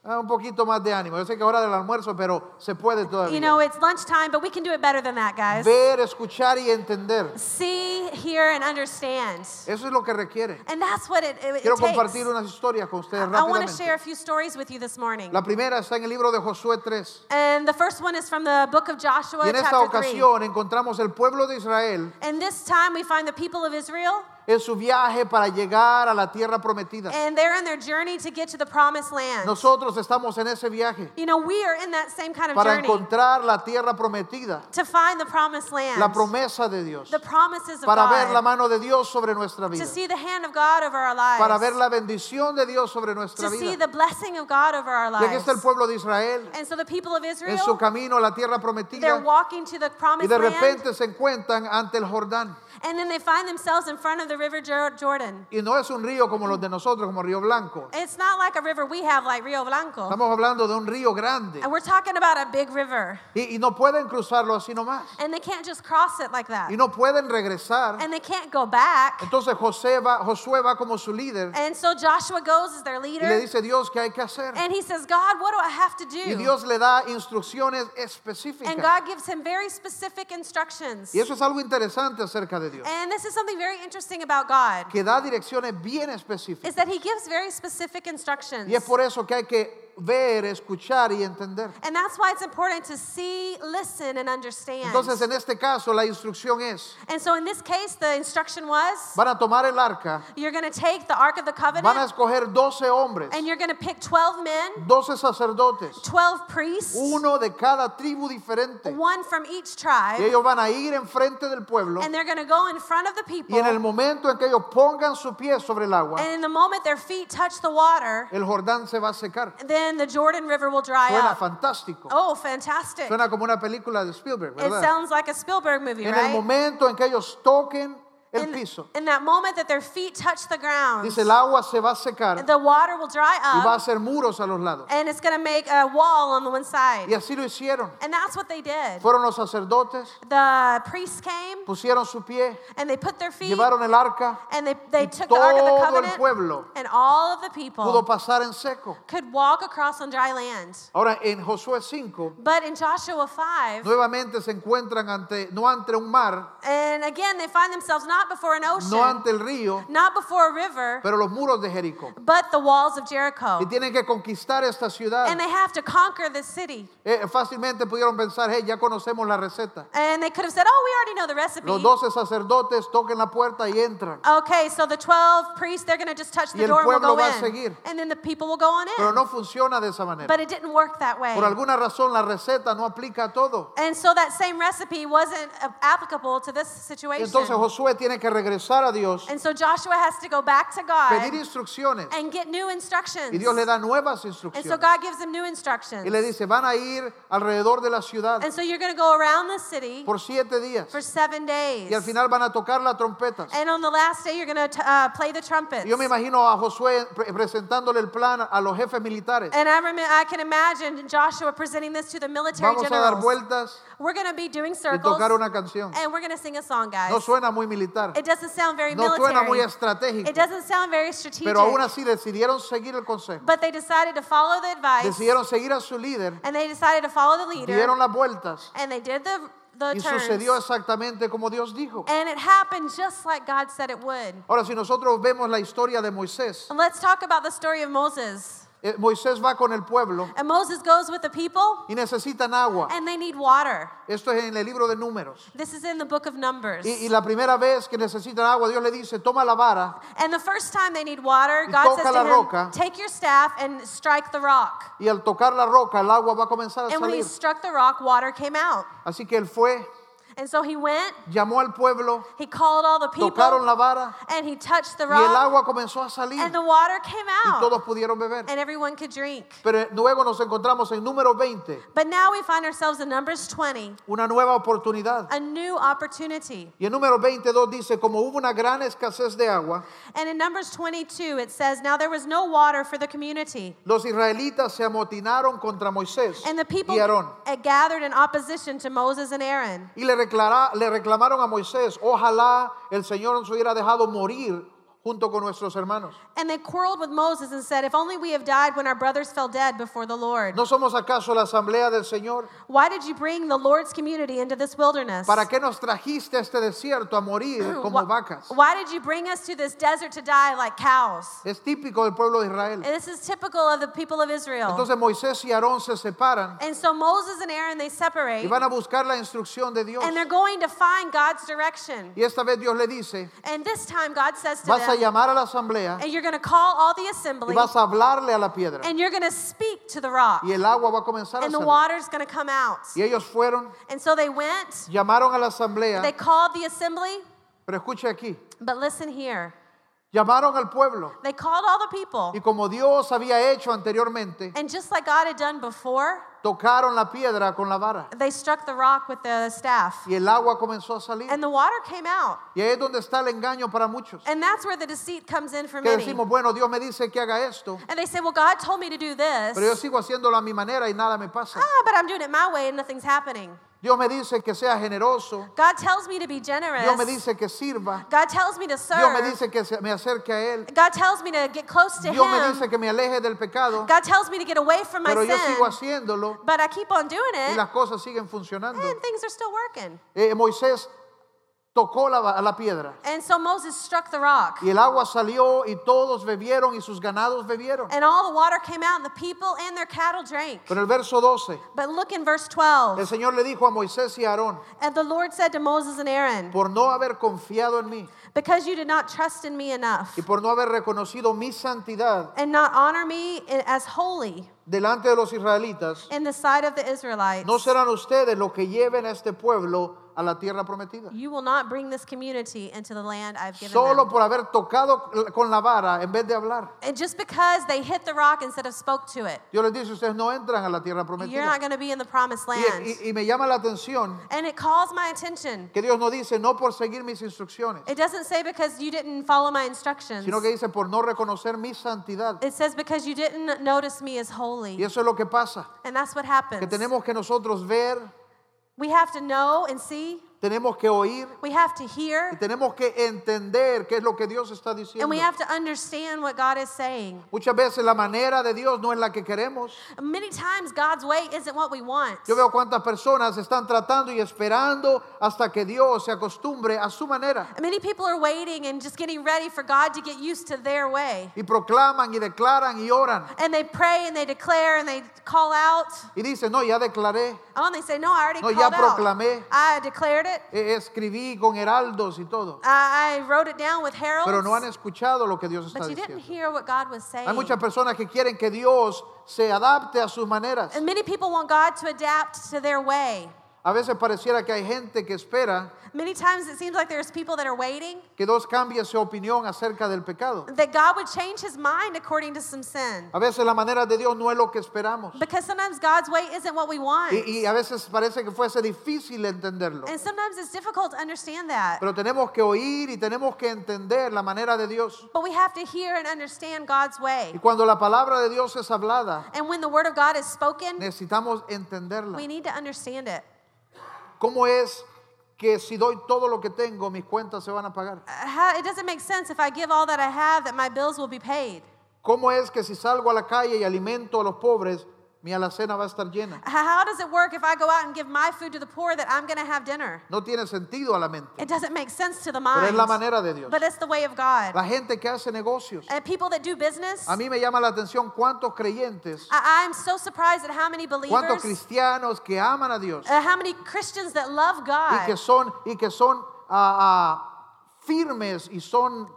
Speaker 1: Ah, un poquito más de ánimo. Yo sé que es hora del almuerzo, pero se puede todavía.
Speaker 2: You know, it's lunchtime, but we can do it better than that, guys.
Speaker 1: ver, escuchar y entender.
Speaker 2: See, hear, and understand.
Speaker 1: Eso es lo que requiere.
Speaker 2: And that's what it, it, it
Speaker 1: Eh, Quiero
Speaker 2: takes.
Speaker 1: compartir unas historias con ustedes
Speaker 2: I want to share a
Speaker 1: rápidamente.
Speaker 2: few stories with you this morning.
Speaker 1: La primera está en el libro de Josué 3.
Speaker 2: And the first one is from the book of Joshua,
Speaker 1: Y en esta
Speaker 2: chapter 3.
Speaker 1: ocasión encontramos el pueblo de Israel
Speaker 2: And this time we find the people of Israel,
Speaker 1: en su viaje para llegar a la tierra prometida.
Speaker 2: and they're in their journey to get to the promised land.
Speaker 1: Nosotros estamos en ese viaje
Speaker 2: You know, we are in that same kind of
Speaker 1: para
Speaker 2: journey
Speaker 1: encontrar la tierra prometida,
Speaker 2: to find the promised land,
Speaker 1: la promesa de Dios,
Speaker 2: the promises of
Speaker 1: para ver
Speaker 2: God.
Speaker 1: la mano de Dios sobre nuestra vida,
Speaker 2: to see the hand of God over our lives,
Speaker 1: para ver la bendición de Dios sobre nuestra
Speaker 2: to see
Speaker 1: vida.
Speaker 2: the blessing of God over our
Speaker 1: Y aquí
Speaker 2: lives.
Speaker 1: está el pueblo de Israel
Speaker 2: and so the people of
Speaker 1: en su
Speaker 2: Israel,
Speaker 1: camino a la tierra prometida.
Speaker 2: they're walking to the
Speaker 1: Y
Speaker 2: promised
Speaker 1: de
Speaker 2: land,
Speaker 1: repente se encuentran ante el Jordán.
Speaker 2: and then they find themselves in front of the river Jor- Jordan.
Speaker 1: Y no es un río como los de nosotros, como Río Blanco.
Speaker 2: It's not like a river we have, like Rio Blanco.
Speaker 1: Estamos hablando de un río grande.
Speaker 2: And we're talking about a big river,
Speaker 1: Y, y no pueden cruzarlo así nomás.
Speaker 2: and they can't just cross it like that,
Speaker 1: Y no pueden regresar.
Speaker 2: and they can't go back.
Speaker 1: Entonces José va, Josué va como su líder
Speaker 2: And so Joshua goes as their
Speaker 1: y le
Speaker 2: leader,
Speaker 1: dice a Dios qué hay que hacer.
Speaker 2: and he says, God, what do I have to
Speaker 1: Y
Speaker 2: do?
Speaker 1: Dios le da instrucciones
Speaker 2: And
Speaker 1: específicas.
Speaker 2: God gives him very specific instructions.
Speaker 1: Y eso es algo interesante acerca de Dios,
Speaker 2: And this is something very interesting about God.
Speaker 1: que da direcciones bien
Speaker 2: is
Speaker 1: específicas.
Speaker 2: that he gives very specific instructions.
Speaker 1: Y es por eso que hay que que ver, escuchar y entender.
Speaker 2: And that's why it's important to see, listen, and understand.
Speaker 1: Entonces, en este caso, la instrucción es,
Speaker 2: and so in this case, the instruction was
Speaker 1: van a tomar el arca,
Speaker 2: you're going to take the Ark of the
Speaker 1: van a
Speaker 2: Covenant
Speaker 1: escoger 12 hombres,
Speaker 2: and you're going to pick 12 men,
Speaker 1: 12 sacerdotes,
Speaker 2: 12 priests,
Speaker 1: uno de cada tribu diferente.
Speaker 2: one from
Speaker 1: Y
Speaker 2: each tribe,
Speaker 1: ellos van a ir enfrente del pueblo
Speaker 2: and they're going to go in front of the people.
Speaker 1: y en el momento en que ellos pongan su pie sobre el agua,
Speaker 2: and in the moment their feet touch the water,
Speaker 1: el Jordán se va a secar.
Speaker 2: then the Jordan River will dry
Speaker 1: Suena
Speaker 2: up.
Speaker 1: fantástico.
Speaker 2: Oh, fantastic.
Speaker 1: Suena como una película de Spielberg,
Speaker 2: It
Speaker 1: ¿verdad?
Speaker 2: sounds like a Spielberg movie,
Speaker 1: En el
Speaker 2: right?
Speaker 1: momento en que ellos toquen el
Speaker 2: in,
Speaker 1: piso,
Speaker 2: in that moment that their feet touch the ground,
Speaker 1: dice el agua se va a secar
Speaker 2: the water will dry
Speaker 1: y va a
Speaker 2: up
Speaker 1: hacer muros a los lados.
Speaker 2: and it's going to make a wall on the one side.
Speaker 1: Y así lo hicieron.
Speaker 2: And that's what they did.
Speaker 1: Fueron los sacerdotes,
Speaker 2: The priests came
Speaker 1: pusieron su pie,
Speaker 2: and they put their feet
Speaker 1: llevaron el arca
Speaker 2: and they,
Speaker 1: y
Speaker 2: they took the Ark of the
Speaker 1: todo el
Speaker 2: Covenant Oh.
Speaker 1: pueblo
Speaker 2: and all of the
Speaker 1: pudo
Speaker 2: people
Speaker 1: pasar en seco.
Speaker 2: could walk across on dry land.
Speaker 1: Ahora en Josué 5
Speaker 2: But in Joshua 5,
Speaker 1: nuevamente se encuentran ante no ante un mar,
Speaker 2: and again, they find themselves not before an ocean,
Speaker 1: no ante el río,
Speaker 2: not before a river,
Speaker 1: pero los muros de Jericó.
Speaker 2: but the walls of Jericho.
Speaker 1: Y tienen que conquistar esta ciudad.
Speaker 2: And they have to conquer this city.
Speaker 1: Eh, fácilmente pudieron pensar, hey, ya conocemos la receta.
Speaker 2: And they could have said, oh, we already know the recipe.
Speaker 1: Los doce sacerdotes toquen la puerta y entran.
Speaker 2: Okay, so the 12 priests, they're going to just touch
Speaker 1: Y
Speaker 2: the
Speaker 1: el
Speaker 2: door and we'll
Speaker 1: pueblo
Speaker 2: go
Speaker 1: va a
Speaker 2: in.
Speaker 1: seguir.
Speaker 2: And then the people will go on in.
Speaker 1: Pero no funciona de esa manera.
Speaker 2: But it didn't work that way.
Speaker 1: Por alguna razón la receta no aplica a todo.
Speaker 2: And so that same recipe wasn't uh, applicable to this situation.
Speaker 1: Entonces Josué tiene que regresar a Dios,
Speaker 2: and so Joshua has to go back to God
Speaker 1: pedir instrucciones.
Speaker 2: and get new instructions.
Speaker 1: Y Dios le da nuevas
Speaker 2: and so
Speaker 1: instrucciones.
Speaker 2: God gives him new instructions.
Speaker 1: Y le dice, van a ir alrededor de la ciudad
Speaker 2: and so you're going to go around the city
Speaker 1: por siete días.
Speaker 2: for seven days.
Speaker 1: Y al final van a tocar las trompetas.
Speaker 2: and on the last day, you're going to uh, play the trumpets.
Speaker 1: Y Yo me imagino a Josué pre- presentándole el plan a los jefes militares.
Speaker 2: And I, remem- I can imagine Joshua presenting this to the military
Speaker 1: Vamos a dar
Speaker 2: generals.
Speaker 1: vueltas
Speaker 2: We're going to be doing
Speaker 1: y
Speaker 2: circles,
Speaker 1: tocar una canción.
Speaker 2: and we're going to sing a song, guys.
Speaker 1: No suena muy militar.
Speaker 2: it doesn't sound very
Speaker 1: No
Speaker 2: military.
Speaker 1: suena muy estratégico.
Speaker 2: it doesn't sound very strategic.
Speaker 1: Pero aún así decidieron seguir el consejo.
Speaker 2: but they decided to follow the advice,
Speaker 1: Decidieron seguir a su líder.
Speaker 2: and they decided to follow the leader,
Speaker 1: Dieron las vueltas.
Speaker 2: and they did the the
Speaker 1: Y
Speaker 2: turns,
Speaker 1: sucedió exactamente como Dios dijo.
Speaker 2: and it happened just like God said it would.
Speaker 1: Ahora, si nosotros vemos la historia de Moisés,
Speaker 2: And let's talk about the story of Moses.
Speaker 1: eh, Moisés va con el pueblo
Speaker 2: And Moses goes with the people,
Speaker 1: y necesitan agua.
Speaker 2: and they need water.
Speaker 1: Esto es en el libro de números.
Speaker 2: This is in the book of Numbers.
Speaker 1: Y, y la primera vez que necesitan agua, Dios le dice, toma la vara
Speaker 2: And the first time they need water,
Speaker 1: Y
Speaker 2: God says
Speaker 1: toca
Speaker 2: to
Speaker 1: la
Speaker 2: him,
Speaker 1: roca.
Speaker 2: take your staff and strike the rock.
Speaker 1: y al tocar la roca el agua va a comenzar a
Speaker 2: And when he
Speaker 1: salir.
Speaker 2: struck the rock, water came out.
Speaker 1: Así que él fue,
Speaker 2: And so he went,
Speaker 1: llamó al pueblo,
Speaker 2: he called all the
Speaker 1: tocaron
Speaker 2: people,
Speaker 1: la vara
Speaker 2: and he touched the
Speaker 1: y el
Speaker 2: rock,
Speaker 1: agua comenzó a salir
Speaker 2: and the water came
Speaker 1: y todos
Speaker 2: out,
Speaker 1: pudieron beber.
Speaker 2: and everyone could drink.
Speaker 1: Pero luego nos encontramos en número 20,
Speaker 2: But now we find ourselves in Numbers 20,
Speaker 1: una nueva oportunidad.
Speaker 2: a new opportunity.
Speaker 1: Y el número 22 dice, como hubo una gran escasez de agua,
Speaker 2: And in Numbers 22, it says, Now there was no water for the community,
Speaker 1: los israelitas se amotinaron contra Moisés
Speaker 2: and the people
Speaker 1: y Aarón.
Speaker 2: uh, gathered in opposition to Moses and Aaron.
Speaker 1: Y le, reclara- le reclamaron a Moisés, ojalá el Señor nos hubiera dejado morir junto con nuestros hermanos.
Speaker 2: And they quarreled with Moses and said, If only we have died when our brothers fell dead before the Lord.
Speaker 1: ¿No somos acaso la asamblea del Señor?
Speaker 2: Why did you bring the Lord's community into this wilderness?
Speaker 1: ¿Para qué nos trajiste a este desierto a morir como vacas?
Speaker 2: Why did you bring us to this desert to die like cows?
Speaker 1: Es típico del pueblo de Israel.
Speaker 2: And this is typical of the people of Israel.
Speaker 1: Entonces Moisés y Aarón se separan
Speaker 2: And so Moses and Aaron, they
Speaker 1: y
Speaker 2: separate
Speaker 1: van a buscar la instrucción de Dios.
Speaker 2: and they're going to find God's direction.
Speaker 1: Y esta vez Dios le dice,
Speaker 2: And this time God says to
Speaker 1: vas a
Speaker 2: them,
Speaker 1: llamar a la asamblea
Speaker 2: and you're going to call all the
Speaker 1: y
Speaker 2: assembly
Speaker 1: vas a hablarle a la piedra
Speaker 2: and you're going to speak to the rock
Speaker 1: y el agua va a comenzar a
Speaker 2: and the
Speaker 1: salir.
Speaker 2: water's going to come out.
Speaker 1: Y ellos fueron,
Speaker 2: And so they went,
Speaker 1: llamaron a la
Speaker 2: they
Speaker 1: asamblea,
Speaker 2: called the assembly,
Speaker 1: pero escuche aquí,
Speaker 2: but listen here.
Speaker 1: llamaron al pueblo
Speaker 2: They called all the people.
Speaker 1: y como Dios había hecho anteriormente,
Speaker 2: And just like God had done before,
Speaker 1: tocaron la piedra con la vara
Speaker 2: they struck the rock with the staff.
Speaker 1: y el agua comenzó a salir.
Speaker 2: And the water came out.
Speaker 1: Y ahí es donde está el engaño para muchos,
Speaker 2: And that's where the deceit comes in for
Speaker 1: que
Speaker 2: many.
Speaker 1: decimos, bueno, Dios me dice que haga esto,
Speaker 2: And they say, well, God told me to do this.
Speaker 1: pero yo sigo haciéndolo a mi manera y nada me pasa.
Speaker 2: Ah, but I'm doing it my way and nothing's happening.
Speaker 1: Dios me dice que sea generoso.
Speaker 2: God tells me to be generous.
Speaker 1: Dios me dice que sirva.
Speaker 2: God tells me to serve.
Speaker 1: Dios me dice que se- me acerque a Él.
Speaker 2: God tells me to get close to
Speaker 1: Dios me
Speaker 2: Him.
Speaker 1: dice que me aleje del pecado.
Speaker 2: God tells me to get away from my
Speaker 1: Pero yo sigo
Speaker 2: sin. Eh.
Speaker 1: haciéndolo
Speaker 2: But I keep on doing
Speaker 1: y
Speaker 2: it,
Speaker 1: las cosas siguen funcionando.
Speaker 2: and things are still working.
Speaker 1: Eh, Moisés tocó la, la piedra.
Speaker 2: And so Moses struck the rock.
Speaker 1: Y el agua salió y todos bebieron y sus ganados bebieron.
Speaker 2: And all the water came out, and the people and their cattle drank.
Speaker 1: Pero el verso 12,
Speaker 2: But look in verse
Speaker 1: el
Speaker 2: 12.
Speaker 1: Señor le dijo a Moisés y a Aarón,
Speaker 2: And the Lord said to Moses and Aaron,
Speaker 1: por no haber confiado en mí
Speaker 2: Because you did not trust in me enough,
Speaker 1: y por no haber reconocido mi santidad
Speaker 2: and not honor me i- as holy
Speaker 1: delante de los israelitas,
Speaker 2: in the sight of the Israelites,
Speaker 1: no serán ustedes los que lleven a este pueblo a la tierra prometida.
Speaker 2: you will not bring this community into the land I've given
Speaker 1: Solo
Speaker 2: them.
Speaker 1: por haber tocado con la vara en vez de hablar.
Speaker 2: And just because they hit the rock instead of spoke to it,
Speaker 1: Dios les dice, ustedes no entran a la tierra
Speaker 2: you're not
Speaker 1: prometida.
Speaker 2: going to be in the promised land.
Speaker 1: Y, y- y me llama la atención
Speaker 2: and it calls my attention.
Speaker 1: que Dios no dice, no por seguir mis instrucciones,
Speaker 2: It doesn't say because you didn't follow my instructions.
Speaker 1: sino que dice, por no reconocer mi santidad.
Speaker 2: It says because you didn't notice me as holy.
Speaker 1: Y eso es lo que pasa,
Speaker 2: And that's what
Speaker 1: que
Speaker 2: happens.
Speaker 1: tenemos que nosotros ver,
Speaker 2: we have to know and see.
Speaker 1: tenemos que oír
Speaker 2: We have to
Speaker 1: y
Speaker 2: hear.
Speaker 1: tenemos que entender qué es lo que Dios está diciendo.
Speaker 2: And we have to understand what God is saying.
Speaker 1: Muchas veces la manera de Dios no es la que queremos.
Speaker 2: Many times God's way isn't what we want.
Speaker 1: Yo veo cuántas personas están tratando y esperando hasta que Dios se acostumbre a su manera.
Speaker 2: Many people are waiting and just getting ready for God to get used to their way.
Speaker 1: Y proclaman y declaran y oran.
Speaker 2: And they pray and they declare and they call out.
Speaker 1: Y dicen, no, ya declaré,
Speaker 2: Oh, and they say, No, I already
Speaker 1: No, ya
Speaker 2: called out.
Speaker 1: proclamé.
Speaker 2: I declared it.
Speaker 1: eh, escribí con heraldos y todo.
Speaker 2: I, I wrote it down with heralds.
Speaker 1: pero no han escuchado lo que Dios está
Speaker 2: But you didn't
Speaker 1: diciendo.
Speaker 2: hear what God was saying.
Speaker 1: Hay muchas personas que quieren que Dios se adapte a sus maneras.
Speaker 2: And many people want God to adapt to their way.
Speaker 1: A veces pareciera que hay gente que espera
Speaker 2: Many times it seems like there's people that are waiting
Speaker 1: que Dios cambie su opinión acerca del pecado.
Speaker 2: that God would change his mind according to some sin.
Speaker 1: A veces la manera de Dios no es lo que esperamos.
Speaker 2: Because sometimes God's way isn't what we want.
Speaker 1: Y, y a veces parece que fuese difícil entenderlo.
Speaker 2: And sometimes it's difficult to understand that.
Speaker 1: Pero tenemos que oír y tenemos que entender la manera de Dios.
Speaker 2: But we have to hear and understand God's way.
Speaker 1: Y cuando la palabra de Dios es hablada,
Speaker 2: And when the word of God is spoken,
Speaker 1: necesitamos entenderla.
Speaker 2: we need to understand it.
Speaker 1: ¿Cómo es que si doy todo lo que tengo, mis cuentas se van a pagar?
Speaker 2: Uh, how- It doesn't make sense if I give all that I have that my bills will be paid.
Speaker 1: ¿Cómo es que si salgo a la calle y alimento a los pobres, mi alacena va a estar llena?
Speaker 2: H- How does it work if I go out and give my food to the poor that I'm going to have dinner?
Speaker 1: No tiene sentido a la mente,
Speaker 2: It doesn't make sense to the
Speaker 1: pero es
Speaker 2: mind.
Speaker 1: la manera de Dios.
Speaker 2: But it's the way of God.
Speaker 1: La gente que hace negocios.
Speaker 2: And Uh, people that do business,
Speaker 1: A mí me llama la atención cuántos creyentes,
Speaker 2: I, I'm so surprised at how many
Speaker 1: cuántos
Speaker 2: believers,
Speaker 1: cristianos que aman a Dios
Speaker 2: uh, how many Christians that love
Speaker 1: y que
Speaker 2: God
Speaker 1: son y que son ah, ah, firmes y son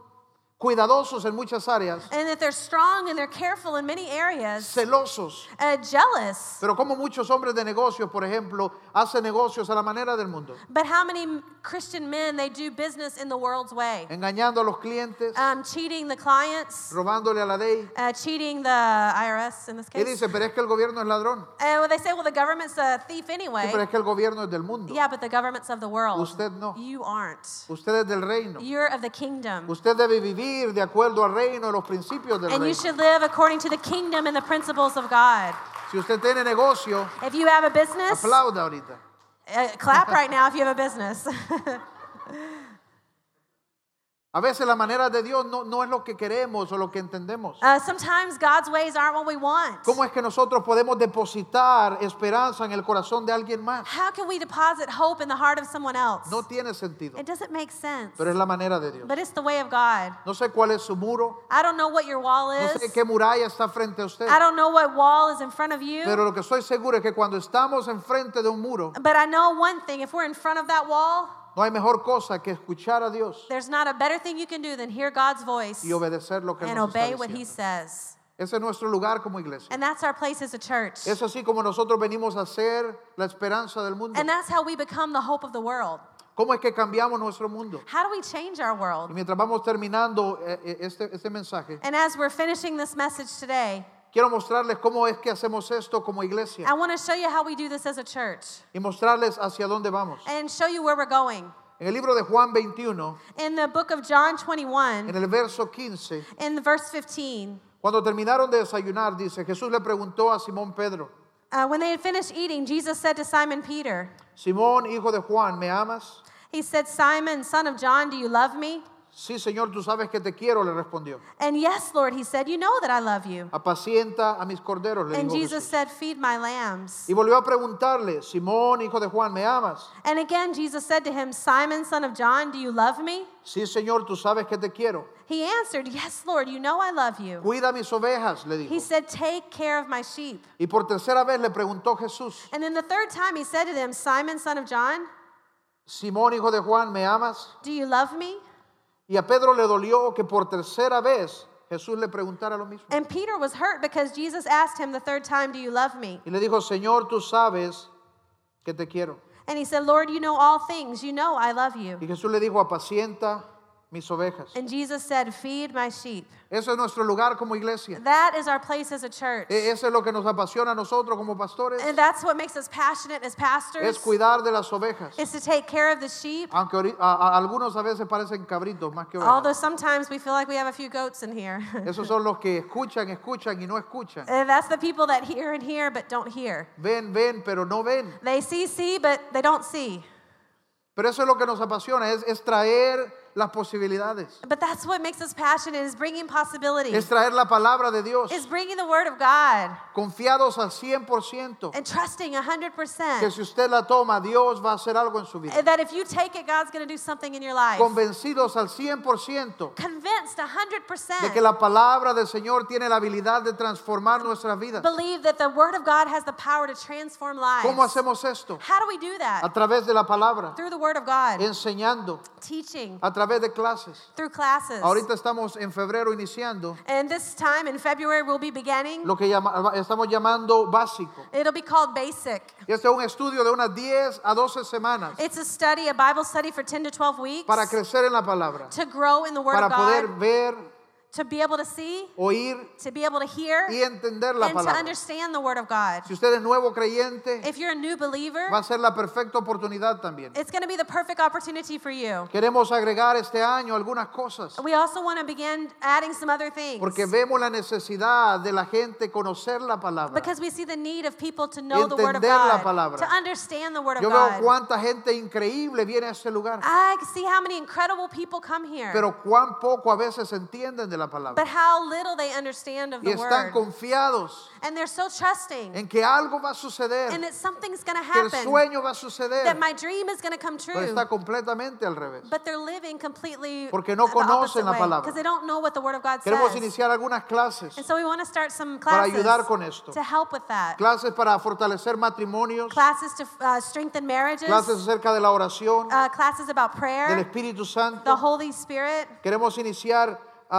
Speaker 1: cuidadosos en muchas áreas,
Speaker 2: and that they're strong and they're careful in many areas,
Speaker 1: celosos.
Speaker 2: uh, jealous.
Speaker 1: Pero como muchos hombres de negocios, por ejemplo, hacen negocios a la manera del mundo,
Speaker 2: But how many m- Christian men they do business in the world's way,
Speaker 1: engañando a los clientes,
Speaker 2: um, cheating the clients,
Speaker 1: robándole a la ley.
Speaker 2: uh, cheating the IRS in this
Speaker 1: Y
Speaker 2: case.
Speaker 1: dice, pero es que el gobierno es ladrón.
Speaker 2: And well, they say, well, the government's a thief
Speaker 1: Sí,
Speaker 2: anyway.
Speaker 1: pero es que el gobierno es del mundo.
Speaker 2: Yeah, but the government's of the world.
Speaker 1: Usted no.
Speaker 2: You aren't.
Speaker 1: Usted es del reino.
Speaker 2: You're of the kingdom.
Speaker 1: Usted debe vivir de acuerdo al reino, a los principios del
Speaker 2: And you
Speaker 1: reino.
Speaker 2: should live according to the kingdom and the principles of God.
Speaker 1: Si usted tiene negocio,
Speaker 2: If you have a business,
Speaker 1: aplauda ahorita.
Speaker 2: uh, clap right now if you have a business.
Speaker 1: A veces la manera de Dios no, no es lo que queremos o lo que entendemos.
Speaker 2: uh, sometimes God's ways aren't what we want.
Speaker 1: ¿Cómo es que nosotros podemos depositar esperanza en el corazón de alguien más?
Speaker 2: How can we deposit hope in the heart of someone else?
Speaker 1: No tiene sentido,
Speaker 2: It doesn't make sense.
Speaker 1: pero es la manera de Dios.
Speaker 2: But it's the way of God.
Speaker 1: No sé cuál es su muro,
Speaker 2: I don't know what your wall
Speaker 1: no
Speaker 2: is.
Speaker 1: sé qué muralla está frente a usted,
Speaker 2: I don't know what wall is in front of you.
Speaker 1: pero lo que estoy seguro es que cuando estamos enfrente de un muro,
Speaker 2: But I know one thing if we're in front of that wall,
Speaker 1: no hay mejor cosa que escuchar a Dios
Speaker 2: there's not a better thing you can do than hear God's voice
Speaker 1: y obedecer lo que Él
Speaker 2: and
Speaker 1: nos está
Speaker 2: obey what He
Speaker 1: diciendo.
Speaker 2: says.
Speaker 1: Ese es nuestro lugar como iglesia.
Speaker 2: And that's our place as a church.
Speaker 1: Es así como nosotros venimos a ser la esperanza del mundo.
Speaker 2: And that's how we become the hope of the world.
Speaker 1: ¿Cómo es que cambiamos nuestro mundo?
Speaker 2: How do we change our
Speaker 1: Y
Speaker 2: world?
Speaker 1: mientras vamos terminando eh, eh, este, este mensaje,
Speaker 2: And as we're finishing this message today,
Speaker 1: quiero mostrarles cómo es que hacemos esto como iglesia
Speaker 2: I want to show you how we do this as a church
Speaker 1: y mostrarles hacia dónde vamos.
Speaker 2: and show you where we're going.
Speaker 1: En el libro de Juan 21,
Speaker 2: In the book of
Speaker 1: en
Speaker 2: John 21,
Speaker 1: el verso 15,
Speaker 2: in the verse 15,
Speaker 1: cuando terminaron de desayunar, dice, Jesús le preguntó a Simón Pedro,
Speaker 2: uh, when they had finished eating, Jesus said to Simon Peter,
Speaker 1: Simón, hijo de Juan, ¿me amas?
Speaker 2: He said, Simon, son of John, do you love me?
Speaker 1: Sí, Señor, tú sabes que te quiero, le respondió.
Speaker 2: And yes, Lord, he said, You know that I love you.
Speaker 1: Apacienta a mis corderos, le
Speaker 2: And
Speaker 1: dijo
Speaker 2: Jesus
Speaker 1: Jesús.
Speaker 2: said, Feed my lambs.
Speaker 1: Y volvió a preguntarle, Simón, hijo de Juan, ¿me amas?
Speaker 2: And again, Jesus said to him, Simon, son of John, do you love me?
Speaker 1: Sí, Señor, tú sabes que te quiero.
Speaker 2: He answered, Yes, Lord, you know I love you.
Speaker 1: Cuida mis ovejas, le dijo.
Speaker 2: He said, Take care of my sheep.
Speaker 1: Y por tercera vez le preguntó Jesús,
Speaker 2: And then the third time he said to them, Simon, son of John,
Speaker 1: Simón, hijo de Juan, ¿me amas?
Speaker 2: do you love me?
Speaker 1: Y a Pedro le dolió que por tercera vez Jesús le preguntara lo mismo.
Speaker 2: And Peter was hurt because Jesus asked him the third time, Do you love me?
Speaker 1: Y le dijo, Señor, tú sabes que te quiero.
Speaker 2: And he said, Lord, you know all things. You know I love you.
Speaker 1: Y Jesús le dijo, apacienta mis ovejas.
Speaker 2: And Jesus said, Feed my sheep.
Speaker 1: Ese es nuestro lugar como iglesia.
Speaker 2: That is our place as a church.
Speaker 1: E- Eso es lo que nos apasiona a nosotros como pastores.
Speaker 2: And that's what makes us passionate as pastors.
Speaker 1: Es cuidar de las ovejas.
Speaker 2: is to take care of the sheep.
Speaker 1: Aunque ori- a- a- algunos a veces parecen cabritos más que ovejas.
Speaker 2: Although sometimes we feel like we have a few goats in here.
Speaker 1: Esos son los que escuchan, escuchan y no escuchan.
Speaker 2: and that's the people that hear and hear but don't hear.
Speaker 1: Ven, ven, pero no ven.
Speaker 2: They see, see, but they don't see.
Speaker 1: Pero eso es lo que nos apasiona, es, es traer las posibilidades.
Speaker 2: But that's what makes us passionate is bringing
Speaker 1: Es
Speaker 2: possibilities.
Speaker 1: traer la palabra de Dios,
Speaker 2: Is bringing the word of God
Speaker 1: confiados al 100%,
Speaker 2: and trusting
Speaker 1: que
Speaker 2: 100%
Speaker 1: si usted la toma, Dios va a hacer algo en su vida.
Speaker 2: and that if you take it, God's going to do something in your life.
Speaker 1: Convencidos al 100%
Speaker 2: Convinced
Speaker 1: de que
Speaker 2: 100%.
Speaker 1: la palabra del Señor tiene la habilidad de transformar nuestras vidas.
Speaker 2: Believe that the word of God has the power to transform lives.
Speaker 1: ¿Cómo hacemos esto?
Speaker 2: How do we do
Speaker 1: A
Speaker 2: that?
Speaker 1: través de la palabra,
Speaker 2: Through the word of God,
Speaker 1: enseñando,
Speaker 2: teaching,
Speaker 1: a través de clases.
Speaker 2: through classes.
Speaker 1: Ahorita estamos en febrero iniciando
Speaker 2: And this time in February, we'll be beginning.
Speaker 1: lo que llama- estamos llamando básico.
Speaker 2: It'll be called Basic.
Speaker 1: Y Este es un estudio de unas 10 a 12 semanas
Speaker 2: It's a study, a Bible study for 10 to 12 weeks
Speaker 1: para crecer en la palabra,
Speaker 2: to grow in the Word
Speaker 1: para
Speaker 2: of God,
Speaker 1: poder ver,
Speaker 2: to be able to see,
Speaker 1: oír
Speaker 2: to be able to hear,
Speaker 1: y entender la
Speaker 2: and to
Speaker 1: palabra.
Speaker 2: understand the Word of God.
Speaker 1: Si usted es nuevo creyente,
Speaker 2: If you're a new believer,
Speaker 1: va a ser la perfecta oportunidad también.
Speaker 2: it's going to be the perfect opportunity for you.
Speaker 1: Queremos agregar este año algunas cosas
Speaker 2: We also want to begin adding some other things
Speaker 1: porque vemos la necesidad de la gente conocer la palabra.
Speaker 2: because we see the need of people to know the Word of
Speaker 1: Entender la
Speaker 2: God,
Speaker 1: palabra.
Speaker 2: to understand the Word of
Speaker 1: Yo veo
Speaker 2: God. Ah.
Speaker 1: cuánta gente increíble viene a este lugar,
Speaker 2: I see how many incredible people come here.
Speaker 1: pero cuán poco a veces entienden de la palabra
Speaker 2: But how little they understand of
Speaker 1: y
Speaker 2: the
Speaker 1: están
Speaker 2: word.
Speaker 1: confiados
Speaker 2: And they're so trusting.
Speaker 1: en que algo va a
Speaker 2: And
Speaker 1: suceder,
Speaker 2: that something's going to
Speaker 1: que el
Speaker 2: happen.
Speaker 1: sueño va a suceder,
Speaker 2: That my dream is going to come
Speaker 1: pero
Speaker 2: true.
Speaker 1: está completamente al revés.
Speaker 2: But they're living completely
Speaker 1: Porque no
Speaker 2: the opposite
Speaker 1: conocen la
Speaker 2: way,
Speaker 1: palabra.
Speaker 2: Because they don't know what the word of God
Speaker 1: Queremos
Speaker 2: says.
Speaker 1: iniciar algunas clases,
Speaker 2: And so we want to start some
Speaker 1: Para
Speaker 2: classes
Speaker 1: ayudar con esto.
Speaker 2: to help with that.
Speaker 1: clases para fortalecer matrimonios,
Speaker 2: Classes to uh, strengthen marriages.
Speaker 1: clases acerca de la oración,
Speaker 2: uh, classes about
Speaker 1: del
Speaker 2: prayer.
Speaker 1: Espíritu
Speaker 2: The
Speaker 1: Santo.
Speaker 2: Holy Spirit.
Speaker 1: Queremos iniciar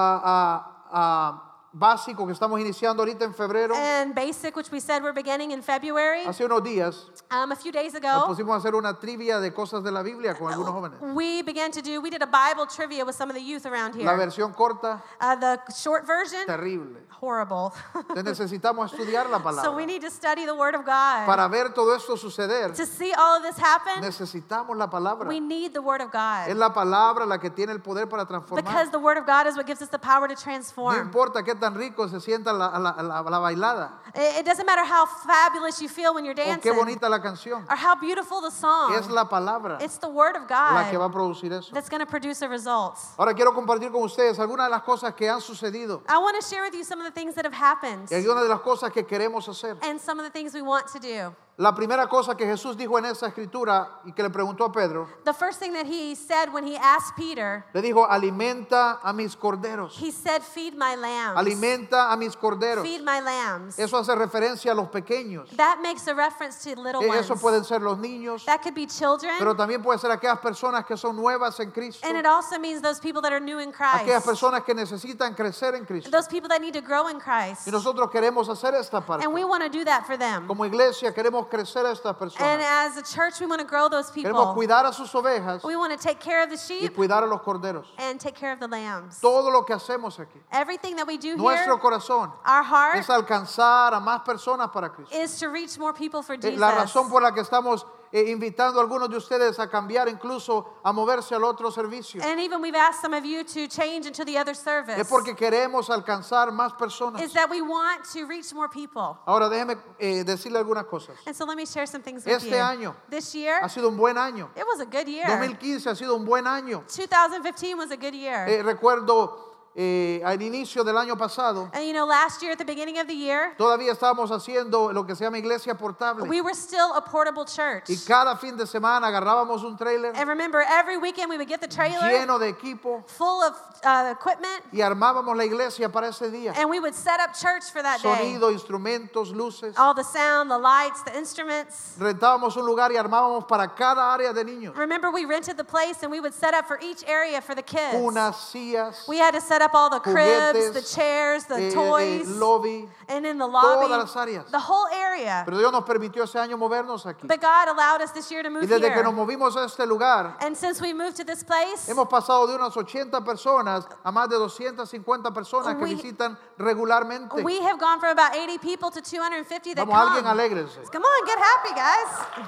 Speaker 1: a, básico que estamos iniciando ahorita en febrero.
Speaker 2: And basic, which we said we're beginning in February.
Speaker 1: Hace unos días
Speaker 2: Um, a few days
Speaker 1: nos
Speaker 2: ago,
Speaker 1: pusimos a hacer una trivia de cosas de la Biblia con algunos jóvenes.
Speaker 2: we began to do, we did a Bible trivia with some of the youth around
Speaker 1: La
Speaker 2: here.
Speaker 1: versión corta,
Speaker 2: Uh, the short version,
Speaker 1: terrible.
Speaker 2: horrible.
Speaker 1: Entonces necesitamos estudiar la
Speaker 2: so we
Speaker 1: palabra.
Speaker 2: need to study the Word of God.
Speaker 1: Para ver todo esto suceder,
Speaker 2: to see all of this happen,
Speaker 1: necesitamos la palabra.
Speaker 2: we need the Word of
Speaker 1: Es
Speaker 2: God.
Speaker 1: la palabra la que tiene el poder para transformar.
Speaker 2: Because the Word of God is what gives us the power to
Speaker 1: No
Speaker 2: transform.
Speaker 1: importa qué tan rico se sienta la, la- la- la bailada
Speaker 2: It, it doesn't matter how fabulous you feel when you're
Speaker 1: o Oh, qué
Speaker 2: dancing
Speaker 1: bonita la canción.
Speaker 2: or how beautiful the
Speaker 1: Es
Speaker 2: song.
Speaker 1: la palabra
Speaker 2: It's the Word of
Speaker 1: la que va
Speaker 2: God
Speaker 1: a producir eso.
Speaker 2: that's going to produce the results.
Speaker 1: Ahora quiero compartir con ustedes algunas de las cosas que han sucedido
Speaker 2: I want to share with you some of the things that have happened
Speaker 1: y algunas de las cosas que queremos hacer.
Speaker 2: and some of the things we want to do.
Speaker 1: La primera cosa que Jesús dijo en esa escritura y que le preguntó a Pedro,
Speaker 2: The first thing that he said when he asked Peter,
Speaker 1: le dijo, alimenta a mis corderos,
Speaker 2: he said, Feed my lambs.
Speaker 1: alimenta a mis corderos.
Speaker 2: Feed my lambs.
Speaker 1: Eso hace referencia a los pequeños.
Speaker 2: That makes a reference to little
Speaker 1: E- Eso
Speaker 2: ones.
Speaker 1: pueden ser los niños,
Speaker 2: That could be children.
Speaker 1: pero también puede ser aquellas personas que son nuevas en Cristo,
Speaker 2: and it also means those people that are new in
Speaker 1: aquellas
Speaker 2: Christ.
Speaker 1: personas que necesitan crecer en Cristo.
Speaker 2: Those people that need to grow in Christ.
Speaker 1: Y nosotros queremos hacer esta parte.
Speaker 2: And we want to do that for them.
Speaker 1: Como iglesia queremos crecer a estas
Speaker 2: And
Speaker 1: personas.
Speaker 2: as a church, we want to grow those
Speaker 1: Queremos
Speaker 2: people.
Speaker 1: cuidar a sus ovejas
Speaker 2: We want to take care of the
Speaker 1: y
Speaker 2: sheep
Speaker 1: cuidar a los corderos.
Speaker 2: and take care of the lambs.
Speaker 1: Todo lo que hacemos aquí,
Speaker 2: Everything that we do
Speaker 1: nuestro
Speaker 2: here,
Speaker 1: corazón
Speaker 2: our heart,
Speaker 1: es alcanzar a más personas para Cristo.
Speaker 2: is to reach more people for
Speaker 1: Eh,
Speaker 2: Jesus.
Speaker 1: La razón por la que estamos eh, invitando a algunos de ustedes a cambiar, incluso a moverse al otro servicio.
Speaker 2: And even we've asked some of you to change into the other service.
Speaker 1: Es porque queremos alcanzar más personas.
Speaker 2: Is that we want to reach more people.
Speaker 1: Ahora déjeme eh, decirle algunas cosas.
Speaker 2: And so let me share some things with
Speaker 1: Este
Speaker 2: you.
Speaker 1: año
Speaker 2: this year,
Speaker 1: Ha sido un buen año.
Speaker 2: it was a good year.
Speaker 1: 2015 ha sido un buen año.
Speaker 2: 2015 was a good year.
Speaker 1: Eh, recuerdo eh, al inicio del año pasado,
Speaker 2: and you know, last year at the beginning of the year,
Speaker 1: todavía estábamos haciendo lo que se llama iglesia portable.
Speaker 2: we were still a portable church.
Speaker 1: Y cada fin de semana agarrábamos un trailer
Speaker 2: And remember, every weekend we would get the trailer
Speaker 1: lleno de equipo
Speaker 2: full of uh, equipment,
Speaker 1: y armábamos la iglesia para ese día.
Speaker 2: and we would set up church for that day.
Speaker 1: Sonido, instrumentos, luces.
Speaker 2: All the sound, the lights, the instruments.
Speaker 1: Rentábamos un lugar y armábamos para cada área de niños
Speaker 2: Remember, we rented the place and we would set up for each area for the kids.
Speaker 1: unas sillas,
Speaker 2: we had to set up all the cribs,
Speaker 1: juguetes,
Speaker 2: the chairs, the
Speaker 1: eh, eh,
Speaker 2: toys,
Speaker 1: lobby.
Speaker 2: and in the lobby,
Speaker 1: todas las áreas.
Speaker 2: the whole area.
Speaker 1: Pero Dios nos permitió ese año movernos aquí.
Speaker 2: But God allowed us this year to
Speaker 1: Y
Speaker 2: move
Speaker 1: desde
Speaker 2: here.
Speaker 1: que nos movimos a este lugar,
Speaker 2: and since we moved to this place,
Speaker 1: hemos pasado de unas 80 personas a más de 250 personas que
Speaker 2: We-
Speaker 1: visitan regularmente.
Speaker 2: we have gone from about 80 people to 250 that
Speaker 1: Vamos, alguien
Speaker 2: come.
Speaker 1: alégrese.
Speaker 2: Come on, get happy, guys.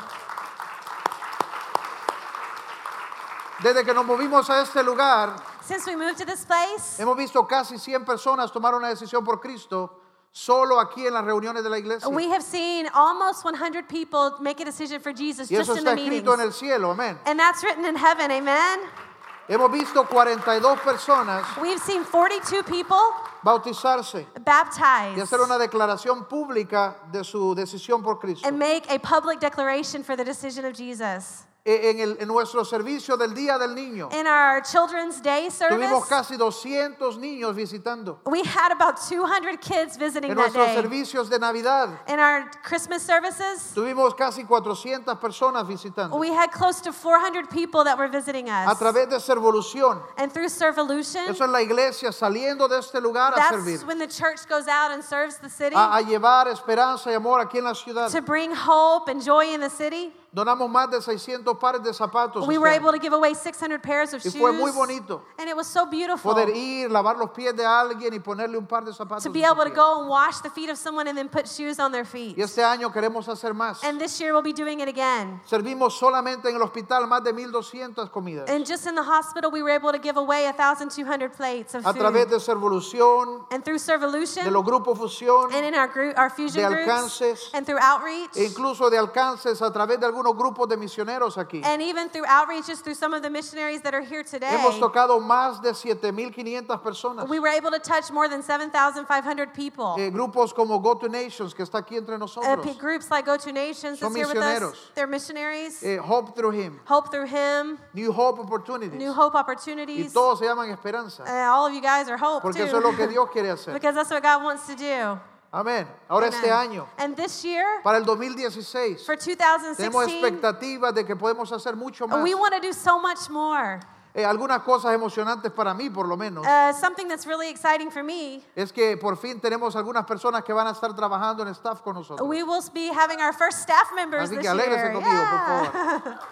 Speaker 1: Desde que nos movimos a este lugar,
Speaker 2: Since we moved to this place,
Speaker 1: hemos visto casi 100 personas tomar una decisión por Cristo solo aquí en las reuniones de la iglesia.
Speaker 2: we have seen almost 100 people make a decision for Jesus
Speaker 1: Y
Speaker 2: just
Speaker 1: eso
Speaker 2: in the
Speaker 1: está
Speaker 2: meetings.
Speaker 1: escrito en el cielo, amén.
Speaker 2: And that's written in heaven, amen.
Speaker 1: Hemos visto 42 personas
Speaker 2: We've seen 42 people
Speaker 1: bautizarse y
Speaker 2: baptized
Speaker 1: hacer una declaración pública de su decisión por Cristo.
Speaker 2: and make a public declaration for the decision of Jesus.
Speaker 1: E- En, el- en nuestro servicio del Día del Niño
Speaker 2: In our Children's Day
Speaker 1: Oh. tuvimos
Speaker 2: service,
Speaker 1: casi 200 niños visitando.
Speaker 2: we had about 200 kids visiting
Speaker 1: En
Speaker 2: that
Speaker 1: nuestros
Speaker 2: day.
Speaker 1: servicios de Navidad
Speaker 2: In our Christmas services,
Speaker 1: tuvimos casi 400 personas visitando.
Speaker 2: we had close to 400 people that were visiting
Speaker 1: A
Speaker 2: us.
Speaker 1: través de Servolución,
Speaker 2: And through Servolution,
Speaker 1: eso es la iglesia saliendo de este lugar a servir, Ah,
Speaker 2: That's when the church goes out and serves the city
Speaker 1: a, a llevar esperanza y amor aquí en la ciudad.
Speaker 2: to bring hope and joy in the city.
Speaker 1: Donamos más de 600 pares de zapatos.
Speaker 2: We
Speaker 1: este
Speaker 2: were
Speaker 1: año.
Speaker 2: able to give away 600 pairs of
Speaker 1: Y
Speaker 2: shoes.
Speaker 1: fue muy bonito.
Speaker 2: And it was so beautiful
Speaker 1: Poder ir, lavar los pies de alguien y ponerle un par de zapatos.
Speaker 2: Oh. to
Speaker 1: en
Speaker 2: be
Speaker 1: su
Speaker 2: able to
Speaker 1: pie.
Speaker 2: go and wash the feet of someone and then put shoes on their feet.
Speaker 1: Y este año queremos hacer más.
Speaker 2: And this year we'll be doing it again.
Speaker 1: Servimos solamente en el hospital más de 1.200 comidas.
Speaker 2: And just in the hospital, we were able to give away 1,200 plates of
Speaker 1: A través
Speaker 2: food.
Speaker 1: de Servolución,
Speaker 2: And through Servolution,
Speaker 1: de los grupos Fusión,
Speaker 2: and in our group, our fusion
Speaker 1: de alcances,
Speaker 2: groups, and through outreach,
Speaker 1: e incluso de alcances a través de algunos grupos de misioneros aquí.
Speaker 2: and even through outreaches through some of the missionaries that are here today,
Speaker 1: Hemos tocado más de 7.500 personas.
Speaker 2: we were able to touch more than 7,500 people.
Speaker 1: Eh, grupos como Go to Nations, que está aquí entre
Speaker 2: Uh,
Speaker 1: nosotros.
Speaker 2: p- groups like Go To Nations
Speaker 1: Son
Speaker 2: that's here with
Speaker 1: misioneros.
Speaker 2: us. They're missionaries.
Speaker 1: Eh, Hope Through Him,
Speaker 2: Hope Through Him,
Speaker 1: New Hope Opportunities.
Speaker 2: New Hope
Speaker 1: Y
Speaker 2: Opportunities. Eh, Uh,
Speaker 1: todos se llaman esperanza.
Speaker 2: all of you guys are hope
Speaker 1: Porque
Speaker 2: too.
Speaker 1: eso es lo que Dios quiere hacer.
Speaker 2: because that's what God wants to do.
Speaker 1: Amén. Ahora este
Speaker 2: Amen.
Speaker 1: año,
Speaker 2: And this year,
Speaker 1: para el 2016,
Speaker 2: for
Speaker 1: tenemos
Speaker 2: 2016,
Speaker 1: expectativas de que podemos hacer mucho más.
Speaker 2: we want to do so much more.
Speaker 1: Eh, algunas cosas emocionantes para mí, por lo menos,
Speaker 2: Uh, something that's really exciting for me,
Speaker 1: es que por fin tenemos algunas personas que van a estar trabajando en staff con nosotros.
Speaker 2: we will be having our first staff members
Speaker 1: Así
Speaker 2: this
Speaker 1: que alégrese
Speaker 2: year.
Speaker 1: conmigo,
Speaker 2: Yeah.
Speaker 1: por favor.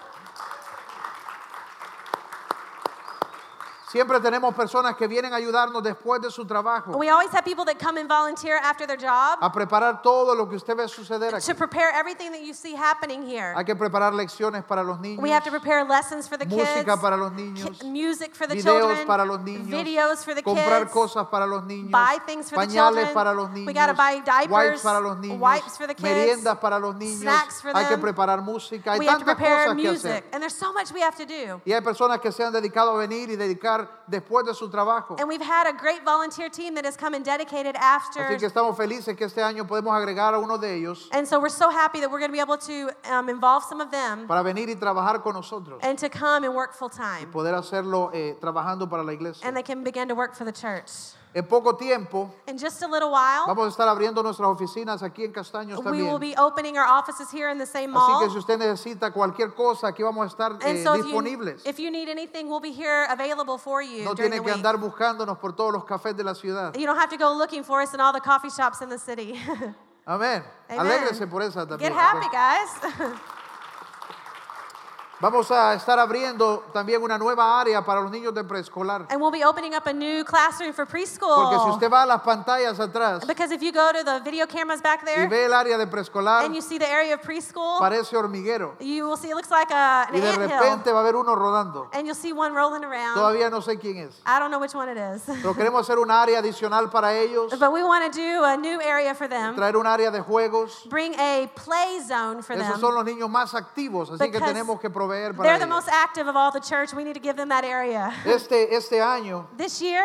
Speaker 1: Siempre tenemos personas que vienen a ayudarnos después de su trabajo
Speaker 2: We always have people that come and volunteer after their job
Speaker 1: a preparar todo lo que usted ve suceder aquí.
Speaker 2: to prepare everything that you see happening here.
Speaker 1: Hay que preparar lecciones para los niños,
Speaker 2: We have to prepare lessons for the
Speaker 1: música
Speaker 2: kids.
Speaker 1: para los
Speaker 2: ki-
Speaker 1: niños,
Speaker 2: music for the
Speaker 1: videos
Speaker 2: children,
Speaker 1: para los niños,
Speaker 2: videos for the
Speaker 1: comprar
Speaker 2: kids,
Speaker 1: cosas para los niños,
Speaker 2: buy things for the
Speaker 1: pañales
Speaker 2: children.
Speaker 1: para los niños,
Speaker 2: We gotta buy diapers,
Speaker 1: wipes para los niños,
Speaker 2: wipes for the kids,
Speaker 1: meriendas para los niños,
Speaker 2: snacks for
Speaker 1: hay que
Speaker 2: them.
Speaker 1: preparar música, hay
Speaker 2: we have to
Speaker 1: tantas
Speaker 2: prepare
Speaker 1: cosas que
Speaker 2: music.
Speaker 1: hacer.
Speaker 2: And there's so much we have to do.
Speaker 1: Y hay personas que se han dedicado a venir y dedicar después de su trabajo.
Speaker 2: And we've had a great volunteer team that has come and dedicated after.
Speaker 1: Así que estamos felices que este año podemos agregar a uno de ellos
Speaker 2: And so we're so happy that we're going to be able to um, involve some of them
Speaker 1: para venir y trabajar con nosotros
Speaker 2: and to come and work full
Speaker 1: y
Speaker 2: time.
Speaker 1: poder hacerlo eh, trabajando para la iglesia.
Speaker 2: And they can begin to work for the church.
Speaker 1: En poco tiempo
Speaker 2: In just a little while,
Speaker 1: vamos a estar abriendo nuestras oficinas aquí en Castaños
Speaker 2: we
Speaker 1: también.
Speaker 2: will be opening our offices here in the same
Speaker 1: Así que
Speaker 2: mall.
Speaker 1: si usted necesita cualquier cosa, aquí vamos a estar
Speaker 2: And
Speaker 1: eh,
Speaker 2: so if you,
Speaker 1: disponibles.
Speaker 2: if you need anything, we'll be here available for you
Speaker 1: no
Speaker 2: during
Speaker 1: tiene
Speaker 2: the
Speaker 1: que
Speaker 2: week.
Speaker 1: andar buscándonos por todos los cafés de la ciudad.
Speaker 2: You don't have to go looking for us in all the coffee shops in the city. Amen.
Speaker 1: Amén. Alégrese por esa también.
Speaker 2: Get happy, guys.
Speaker 1: Vamos a estar abriendo también una nueva área para los niños de preescolar.
Speaker 2: And we'll be opening up a new classroom for
Speaker 1: Porque si
Speaker 2: preschool.
Speaker 1: usted va a las pantallas atrás
Speaker 2: because if you go to the video cameras back
Speaker 1: y
Speaker 2: there
Speaker 1: ve el área de preescolar,
Speaker 2: and you see the area of preschool,
Speaker 1: parece hormiguero.
Speaker 2: you will see it looks like a, an
Speaker 1: Y de
Speaker 2: anthill.
Speaker 1: repente va a haber uno rodando.
Speaker 2: And um, you'll see one rolling around.
Speaker 1: Todavía no sé quién es.
Speaker 2: I don't know which one it is.
Speaker 1: Pero queremos hacer un área adicional para ellos,
Speaker 2: but we want to do a new area for them.
Speaker 1: traer un área de juegos.
Speaker 2: Bring a play zone for
Speaker 1: Esos
Speaker 2: them.
Speaker 1: son los niños más activos, así que
Speaker 2: Because
Speaker 1: tenemos que proveer para
Speaker 2: They're the
Speaker 1: ellos.
Speaker 2: most active of all the church. We need to give them that area.
Speaker 1: Este, este año
Speaker 2: This year,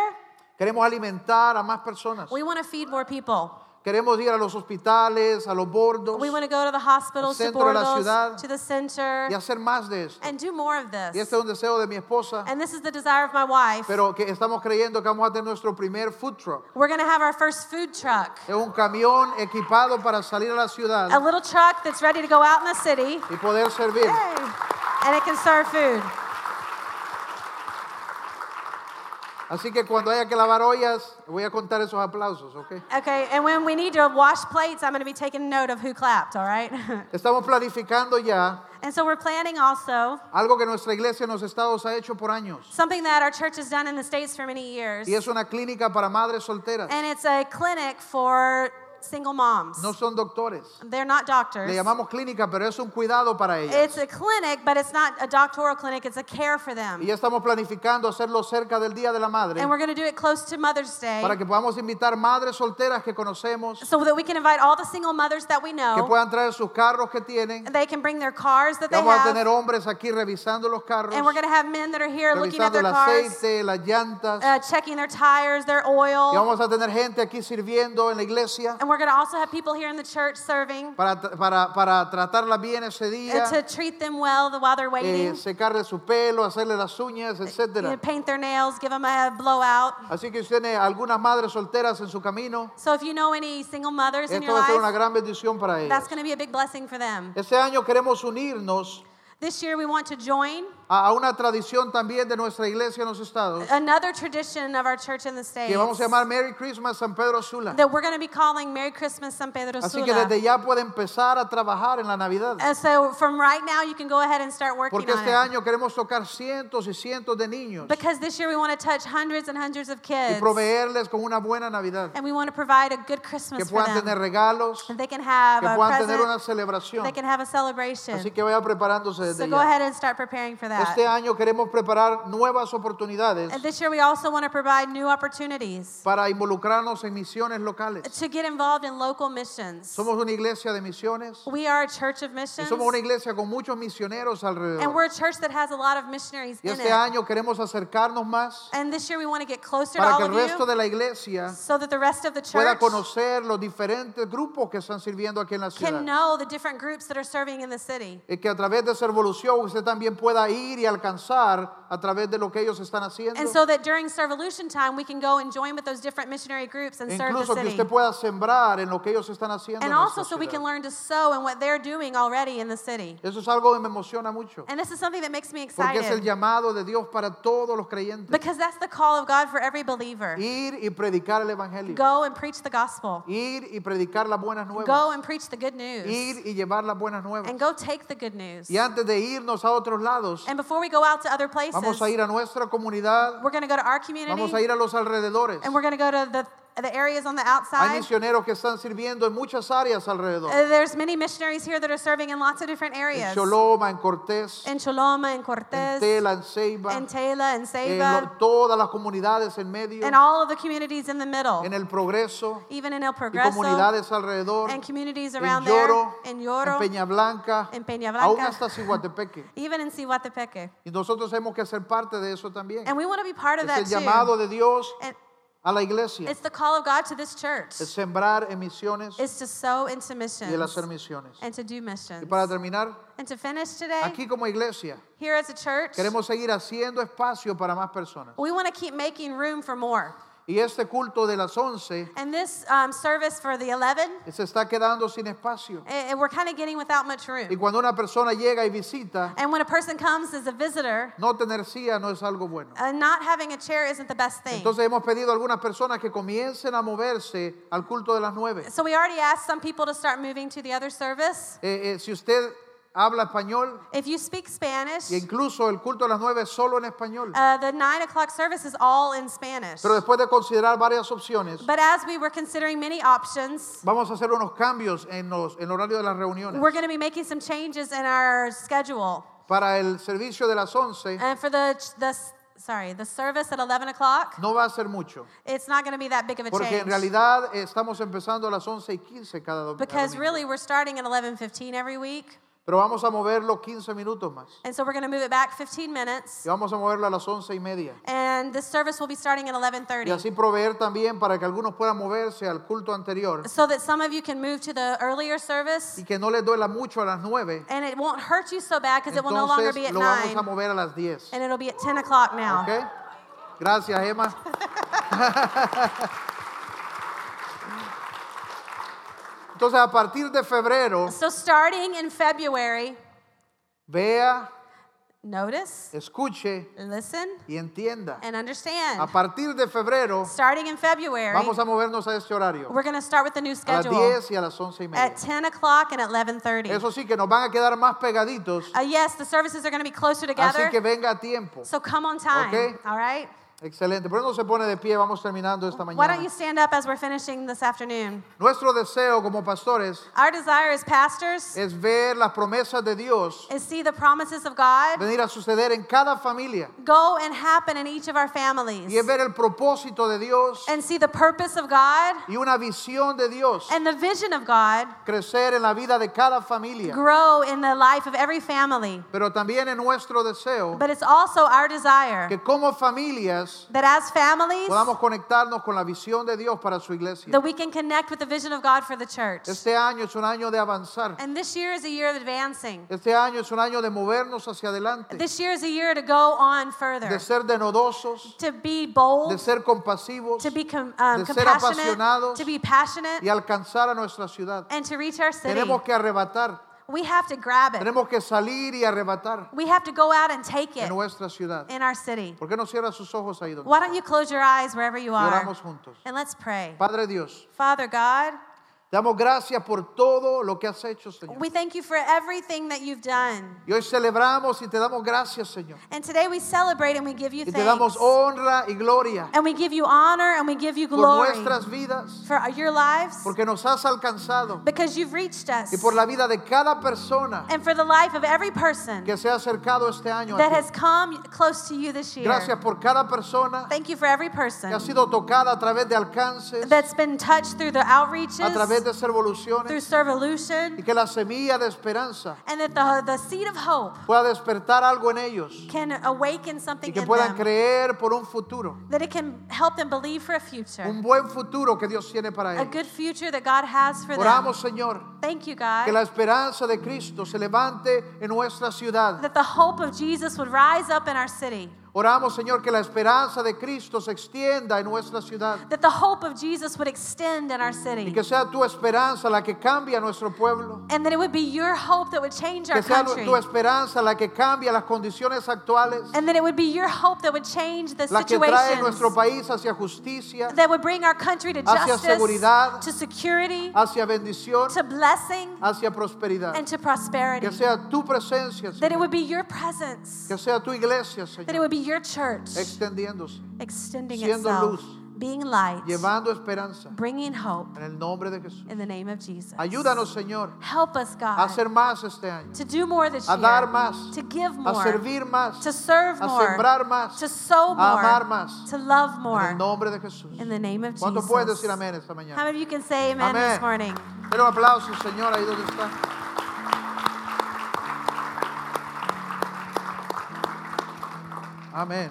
Speaker 1: queremos alimentar a más personas.
Speaker 2: we want to feed more people.
Speaker 1: Queremos ir a los hospitales, a los bordos
Speaker 2: We want to go to the hospitals, to
Speaker 1: centro de la
Speaker 2: bordos,
Speaker 1: ciudad.
Speaker 2: to the center,
Speaker 1: y hacer más de esto.
Speaker 2: and do more of
Speaker 1: Y
Speaker 2: this.
Speaker 1: este es un deseo de mi esposa,
Speaker 2: And this is the desire of my wife.
Speaker 1: pero que estamos creyendo que vamos a tener nuestro primer food truck.
Speaker 2: We're going to have our first food truck,
Speaker 1: Es un camión equipado para salir a la
Speaker 2: a
Speaker 1: ciudad
Speaker 2: little truck that's ready to go out in the city,
Speaker 1: y poder servir.
Speaker 2: Yay! and it can serve food.
Speaker 1: Así que cuando haya que lavar ollas, voy a contar esos aplausos, ¿ok?
Speaker 2: Okay, and when we need to wash plates, I'm going to be taking note of who clapped, all right?
Speaker 1: Estamos planificando ya
Speaker 2: and so we're planning also
Speaker 1: algo que nuestra iglesia en los estados ha hecho por años.
Speaker 2: something that our church has done in the States for many years.
Speaker 1: Y es una clínica para madres solteras.
Speaker 2: And it's a clinic for single moms.
Speaker 1: No son doctores.
Speaker 2: They're not doctors.
Speaker 1: Le llamamos clínica, pero es un cuidado para ellas.
Speaker 2: It's a clinic, but it's not a doctoral clinic, it's a care for them.
Speaker 1: Y ya estamos planificando hacerlo cerca del Día de la Madre
Speaker 2: And we're going to do it close to Mother's Day
Speaker 1: para que podamos invitar madres solteras que conocemos,
Speaker 2: so that we can invite all the single mothers that we
Speaker 1: que
Speaker 2: know.
Speaker 1: puedan traer sus carros que tienen.
Speaker 2: They can bring their cars that
Speaker 1: Y
Speaker 2: they
Speaker 1: Vamos a tener
Speaker 2: have.
Speaker 1: hombres aquí revisando los carros,
Speaker 2: And we're going to have men that are here looking at
Speaker 1: revisando
Speaker 2: their
Speaker 1: el
Speaker 2: cars,
Speaker 1: aceite, las llantas.
Speaker 2: uh, checking their tires, their
Speaker 1: Y
Speaker 2: oil.
Speaker 1: vamos a tener gente aquí sirviendo en la iglesia
Speaker 2: And we're going to also have people here in the church serving
Speaker 1: para, para, para tratarla bien ese
Speaker 2: uh,
Speaker 1: día,
Speaker 2: to treat them well while
Speaker 1: eh,
Speaker 2: they're waiting.
Speaker 1: secarle su pelo, hacerle las uñas,
Speaker 2: You know,
Speaker 1: etcétera.
Speaker 2: paint their nails, give them a blowout.
Speaker 1: Así que si tiene algunas madres solteras en su camino,
Speaker 2: So if you know any single mothers in
Speaker 1: esto
Speaker 2: your
Speaker 1: va a ser una
Speaker 2: life,
Speaker 1: gran bendición para ellas.
Speaker 2: that's going to be a big blessing for them.
Speaker 1: Este año queremos unirnos
Speaker 2: This year we want to join
Speaker 1: a, a una tradición también de nuestra iglesia en los estados
Speaker 2: another tradition of our church in the States
Speaker 1: que vamos a llamar Merry Christmas San Pedro Sula.
Speaker 2: that we're going to be calling Merry Christmas San Pedro
Speaker 1: Así que
Speaker 2: Sula.
Speaker 1: desde ya puede empezar a trabajar en la Navidad.
Speaker 2: And so from right now you can go ahead and start working
Speaker 1: Porque
Speaker 2: on
Speaker 1: este
Speaker 2: it.
Speaker 1: año queremos tocar cientos y cientos de niños
Speaker 2: Because this year we want to touch hundreds and hundreds of
Speaker 1: y
Speaker 2: kids
Speaker 1: proveerles con una buena Navidad.
Speaker 2: and we want to provide a good
Speaker 1: Que
Speaker 2: Christmas for
Speaker 1: puedan
Speaker 2: them.
Speaker 1: tener regalos,
Speaker 2: And
Speaker 1: que
Speaker 2: they can have a
Speaker 1: puedan tener una
Speaker 2: present,
Speaker 1: celebración.
Speaker 2: they can have a celebration.
Speaker 1: Así que vaya preparándose
Speaker 2: so
Speaker 1: desde
Speaker 2: go
Speaker 1: ya.
Speaker 2: ahead and start preparing for that.
Speaker 1: Este año queremos preparar nuevas oportunidades
Speaker 2: and this year we also want to provide new opportunities
Speaker 1: para involucrarnos en misiones locales.
Speaker 2: to get involved in local missions.
Speaker 1: Somos una iglesia de misiones
Speaker 2: we are a church of
Speaker 1: y
Speaker 2: missions.
Speaker 1: somos una iglesia con muchos misioneros
Speaker 2: And
Speaker 1: alrededor.
Speaker 2: we're a church that has a lot of missionaries
Speaker 1: Y
Speaker 2: in
Speaker 1: este
Speaker 2: it.
Speaker 1: año queremos acercarnos más
Speaker 2: and this year we want to get closer to
Speaker 1: para
Speaker 2: all
Speaker 1: que el
Speaker 2: of
Speaker 1: resto
Speaker 2: you
Speaker 1: de la iglesia
Speaker 2: so that the rest of the
Speaker 1: pueda
Speaker 2: church
Speaker 1: conocer los diferentes grupos que están sirviendo aquí en la ciudad.
Speaker 2: can know the different groups that are serving in the city.
Speaker 1: y que a través de esa revolución usted también pueda ir y alcanzar a través de lo que ellos están haciendo.
Speaker 2: And so that during Servolution time, we can go and join with those different missionary groups and
Speaker 1: E
Speaker 2: serve the
Speaker 1: incluso que
Speaker 2: city.
Speaker 1: usted pueda sembrar en lo que ellos están haciendo.
Speaker 2: and
Speaker 1: en nuestra
Speaker 2: also so we
Speaker 1: ciudad.
Speaker 2: can learn to sow and what they're doing already in the city.
Speaker 1: Eso es algo que me emociona mucho,
Speaker 2: And this is something that makes me
Speaker 1: porque es el
Speaker 2: excited
Speaker 1: llamado de Dios para todos los creyentes.
Speaker 2: because that's the call of God for every believer.
Speaker 1: Ir y predicar el Evangelio.
Speaker 2: Go and preach the gospel.
Speaker 1: Ir y predicar las buenas nuevas.
Speaker 2: Go and preach the good news.
Speaker 1: Ir y llevar las buenas nuevas.
Speaker 2: and go take the good news.
Speaker 1: Y antes de irnos a otros lados,
Speaker 2: And before we go out to other places,
Speaker 1: vamos a ir a nuestra comunidad,
Speaker 2: We're going to go to our community
Speaker 1: vamos a ir a los alrededores.
Speaker 2: and we're going to go to the, the areas on the
Speaker 1: Hay
Speaker 2: outside.
Speaker 1: misioneros que están sirviendo en muchas áreas alrededor.
Speaker 2: Uh, there's many missionaries here that are serving in lots of different
Speaker 1: en
Speaker 2: areas.
Speaker 1: Choloma, en Cortés,
Speaker 2: In Choloma, in
Speaker 1: en
Speaker 2: Cortez,
Speaker 1: Tela, en Ceiba,
Speaker 2: in Tela, in
Speaker 1: en
Speaker 2: Ceiba,
Speaker 1: lo- todas las comunidades en medio,
Speaker 2: and all of the communities in the middle,
Speaker 1: en el Progreso,
Speaker 2: even in El
Speaker 1: y
Speaker 2: Progreso,
Speaker 1: comunidades alrededor,
Speaker 2: and communities
Speaker 1: en
Speaker 2: around
Speaker 1: Lloro,
Speaker 2: there, in
Speaker 1: en
Speaker 2: Yoro,
Speaker 1: Peña Blanca,
Speaker 2: en Peña
Speaker 1: aún
Speaker 2: Blanca.
Speaker 1: hasta Cihuatepeque.
Speaker 2: even in Cihuatepeque.
Speaker 1: Y nosotros tenemos que ser parte de eso también.
Speaker 2: And we want to be part
Speaker 1: Es
Speaker 2: of that
Speaker 1: el
Speaker 2: too.
Speaker 1: llamado de Dios
Speaker 2: And
Speaker 1: a la iglesia,
Speaker 2: it's the call of God to this church
Speaker 1: es sembrar en misiones
Speaker 2: is to sow into
Speaker 1: y el
Speaker 2: missions
Speaker 1: hacer misiones.
Speaker 2: and to do
Speaker 1: Y
Speaker 2: missions.
Speaker 1: para terminar,
Speaker 2: And to finish today,
Speaker 1: aquí como iglesia,
Speaker 2: here as a church,
Speaker 1: queremos seguir haciendo espacio para más personas.
Speaker 2: We want to keep making room for more.
Speaker 1: Y este culto de las 11
Speaker 2: And this um, service for the 11,
Speaker 1: se está quedando sin espacio.
Speaker 2: eh, we're kind of getting without much
Speaker 1: Y
Speaker 2: room.
Speaker 1: cuando una persona llega y visita,
Speaker 2: And when a person comes as a visitor,
Speaker 1: no tener silla no es algo bueno.
Speaker 2: uh, not having a chair isn't the best thing.
Speaker 1: Entonces hemos pedido a algunas personas que comiencen a moverse al culto de las nueve.
Speaker 2: So we already asked some people to start moving to the other service.
Speaker 1: Eh, eh, si usted habla español
Speaker 2: If you speak Spanish,
Speaker 1: e incluso el culto a las 9 es solo en español.
Speaker 2: uh, the nine o'clock service is all in Spanish.
Speaker 1: Pero después de considerar varias opciones,
Speaker 2: But as we were considering many options,
Speaker 1: vamos a hacer unos cambios en, los, en el horario de las reuniones.
Speaker 2: we're going to be making some changes in our schedule.
Speaker 1: Para el servicio de las 11
Speaker 2: And for the the sorry, the service at 11 o'clock,
Speaker 1: no va a ser mucho,
Speaker 2: it's not going to be that big of a
Speaker 1: porque en
Speaker 2: change.
Speaker 1: realidad estamos empezando a las 11 y 15 cada dom- cada
Speaker 2: Because
Speaker 1: domingo.
Speaker 2: really, we're starting at 11:15 every week,
Speaker 1: Pero vamos a moverlo 15 minutos más
Speaker 2: and so we're going to move it back 15
Speaker 1: y
Speaker 2: minutes,
Speaker 1: vamos a moverlo a las 11 y media.
Speaker 2: and this service will be starting at
Speaker 1: Y
Speaker 2: 11:30,
Speaker 1: así proveer también para que algunos puedan moverse al culto anterior
Speaker 2: so that some of you can move to the earlier service,
Speaker 1: y que no les duela mucho a las 9.
Speaker 2: and it won't hurt you so bad because it will no longer be
Speaker 1: Entonces
Speaker 2: at
Speaker 1: lo vamos a
Speaker 2: nine,
Speaker 1: mover a las 10.
Speaker 2: and it'll be at 10 o'clock now.
Speaker 1: ¿Ok? Gracias, Emma. Entonces, a partir de febrero,
Speaker 2: So starting in February,
Speaker 1: vea,
Speaker 2: notice,
Speaker 1: escuche
Speaker 2: listen,
Speaker 1: y entienda.
Speaker 2: and
Speaker 1: A
Speaker 2: understand.
Speaker 1: partir de febrero,
Speaker 2: Starting in February,
Speaker 1: vamos a movernos a este horario,
Speaker 2: we're going to start with the new
Speaker 1: a las
Speaker 2: schedule.
Speaker 1: 10 y a las 11 y media.
Speaker 2: at 10 o'clock and at 11.30
Speaker 1: Eso sí, que nos van a quedar más pegaditos,
Speaker 2: uh, yes the services are going to be closer
Speaker 1: así
Speaker 2: together
Speaker 1: que venga a tiempo.
Speaker 2: so come on time
Speaker 1: Okay.
Speaker 2: all right
Speaker 1: Excelente. ¿Por qué no se pone de pie? Vamos terminando esta
Speaker 2: why don't
Speaker 1: mañana.
Speaker 2: you stand up as we're finishing this afternoon
Speaker 1: Nuestro deseo como pastores
Speaker 2: our desire as pastors
Speaker 1: es ver las promesas de Dios
Speaker 2: is see the promises of god
Speaker 1: venir a suceder en cada familia
Speaker 2: go and happen in each of our families
Speaker 1: y es ver el propósito de Dios
Speaker 2: and see the purpose of god
Speaker 1: y una visión de Dios
Speaker 2: and the vision of god
Speaker 1: crecer en la vida de cada familia
Speaker 2: grow in the life of every family
Speaker 1: pero también es nuestro deseo
Speaker 2: but it's also our desire
Speaker 1: que como familias
Speaker 2: that as families
Speaker 1: podamos conectarnos con la visión de Dios para su iglesia
Speaker 2: that we can connect with the vision of god for the church
Speaker 1: este año es un año de avanzar
Speaker 2: and this year is a year of advancing
Speaker 1: este año es un año de movernos hacia adelante
Speaker 2: This year is a year to go on
Speaker 1: de
Speaker 2: further,
Speaker 1: ser denodosos
Speaker 2: to be
Speaker 1: de
Speaker 2: bold,
Speaker 1: ser compasivos
Speaker 2: to be com- um,
Speaker 1: de ser
Speaker 2: compassionate,
Speaker 1: apasionados
Speaker 2: to be
Speaker 1: y
Speaker 2: passionate,
Speaker 1: alcanzar a nuestra ciudad
Speaker 2: and to reach our city.
Speaker 1: tenemos que arrebatar
Speaker 2: We have to grab it.
Speaker 1: tenemos que salir y arrebatar
Speaker 2: We have to go out and take
Speaker 1: en
Speaker 2: it
Speaker 1: nuestra ciudad
Speaker 2: in our city.
Speaker 1: ¿Por qué no cierra sus ojos ahí donde
Speaker 2: Why don't you close your eyes wherever you
Speaker 1: y
Speaker 2: are
Speaker 1: oramos juntos?
Speaker 2: and let's pray.
Speaker 1: Padre Dios,
Speaker 2: Father God,
Speaker 1: te damos gracias por todo lo que has hecho, Señor.
Speaker 2: we thank you for everything that you've done.
Speaker 1: Y hoy celebramos y te damos gracias, Señor.
Speaker 2: And today we celebrate and we give you
Speaker 1: Y te damos
Speaker 2: thanks.
Speaker 1: honra y gloria
Speaker 2: And we give you honor and we give you
Speaker 1: por
Speaker 2: glory
Speaker 1: nuestras vidas,
Speaker 2: for your lives
Speaker 1: porque nos has alcanzado
Speaker 2: because you've reached us
Speaker 1: y por la vida de cada persona
Speaker 2: and for the life of every person.
Speaker 1: que se ha acercado este año. a
Speaker 2: that
Speaker 1: ti.
Speaker 2: has come close to you this year.
Speaker 1: Gracias por cada persona
Speaker 2: Thank you for every
Speaker 1: que ha
Speaker 2: person
Speaker 1: sido tocada a través de alcances,
Speaker 2: that's been touched through the
Speaker 1: a través
Speaker 2: outreaches,
Speaker 1: de
Speaker 2: through
Speaker 1: revoluciones y
Speaker 2: Servolution,
Speaker 1: que la semilla de esperanza
Speaker 2: and that the, the seed of hope
Speaker 1: pueda despertar algo en ellos
Speaker 2: can awaken
Speaker 1: y
Speaker 2: something
Speaker 1: que
Speaker 2: in
Speaker 1: puedan
Speaker 2: them,
Speaker 1: creer por un futuro.
Speaker 2: that it can help them believe for a
Speaker 1: un
Speaker 2: future,
Speaker 1: buen futuro que Dios tiene para
Speaker 2: a
Speaker 1: ellos.
Speaker 2: good future that God has for them.
Speaker 1: Oramos, Señor,
Speaker 2: Thank you,
Speaker 1: que la
Speaker 2: God,
Speaker 1: esperanza de Cristo se levante en nuestra ciudad.
Speaker 2: that the hope of Jesus would rise up in our city,
Speaker 1: Oramos, Señor, que la esperanza de Cristo se extienda en nuestra ciudad
Speaker 2: that the hope of Jesus would extend in our
Speaker 1: y
Speaker 2: city,
Speaker 1: que sea tu esperanza la que cambie a nuestro pueblo.
Speaker 2: and that it would be your hope that would change our
Speaker 1: Que sea
Speaker 2: country,
Speaker 1: tu esperanza la que cambia las condiciones actuales,
Speaker 2: and that it would be your hope that would change the
Speaker 1: la que trae
Speaker 2: situations.
Speaker 1: nuestro país hacia justicia,
Speaker 2: that would bring our country to
Speaker 1: Hacia
Speaker 2: justice,
Speaker 1: seguridad.
Speaker 2: to security,
Speaker 1: hacia bendición,
Speaker 2: to blessing,
Speaker 1: hacia prosperidad.
Speaker 2: and to prosperity.
Speaker 1: Que sea tu presencia,
Speaker 2: That it
Speaker 1: Señor.
Speaker 2: would be your presence,
Speaker 1: que sea tu iglesia,
Speaker 2: that it
Speaker 1: Señor,
Speaker 2: would be your church
Speaker 1: extendiéndose,
Speaker 2: extending
Speaker 1: siendo
Speaker 2: itself,
Speaker 1: luz,
Speaker 2: being light,
Speaker 1: llevando esperanza.
Speaker 2: bringing hope
Speaker 1: En el nombre de Jesús.
Speaker 2: in the name of Jesus.
Speaker 1: Ayúdanos, Señor,
Speaker 2: Help us,
Speaker 1: a
Speaker 2: God,
Speaker 1: hacer más este año,
Speaker 2: to do more this
Speaker 1: a dar
Speaker 2: year,
Speaker 1: más,
Speaker 2: to give
Speaker 1: a
Speaker 2: more,
Speaker 1: servir más,
Speaker 2: to serve
Speaker 1: a
Speaker 2: more,
Speaker 1: sembrar más,
Speaker 2: to sow
Speaker 1: a amar
Speaker 2: more,
Speaker 1: más.
Speaker 2: to love
Speaker 1: En el
Speaker 2: more,
Speaker 1: nombre de Jesús.
Speaker 2: in the name of
Speaker 1: ¿Cuántos pueden decir
Speaker 2: Jesus.
Speaker 1: amén esta
Speaker 2: How
Speaker 1: mañana?
Speaker 2: many of you can say amen this
Speaker 1: Amén.
Speaker 2: morning?
Speaker 1: Denle un aplauso, Señor, ahí donde está. Amén.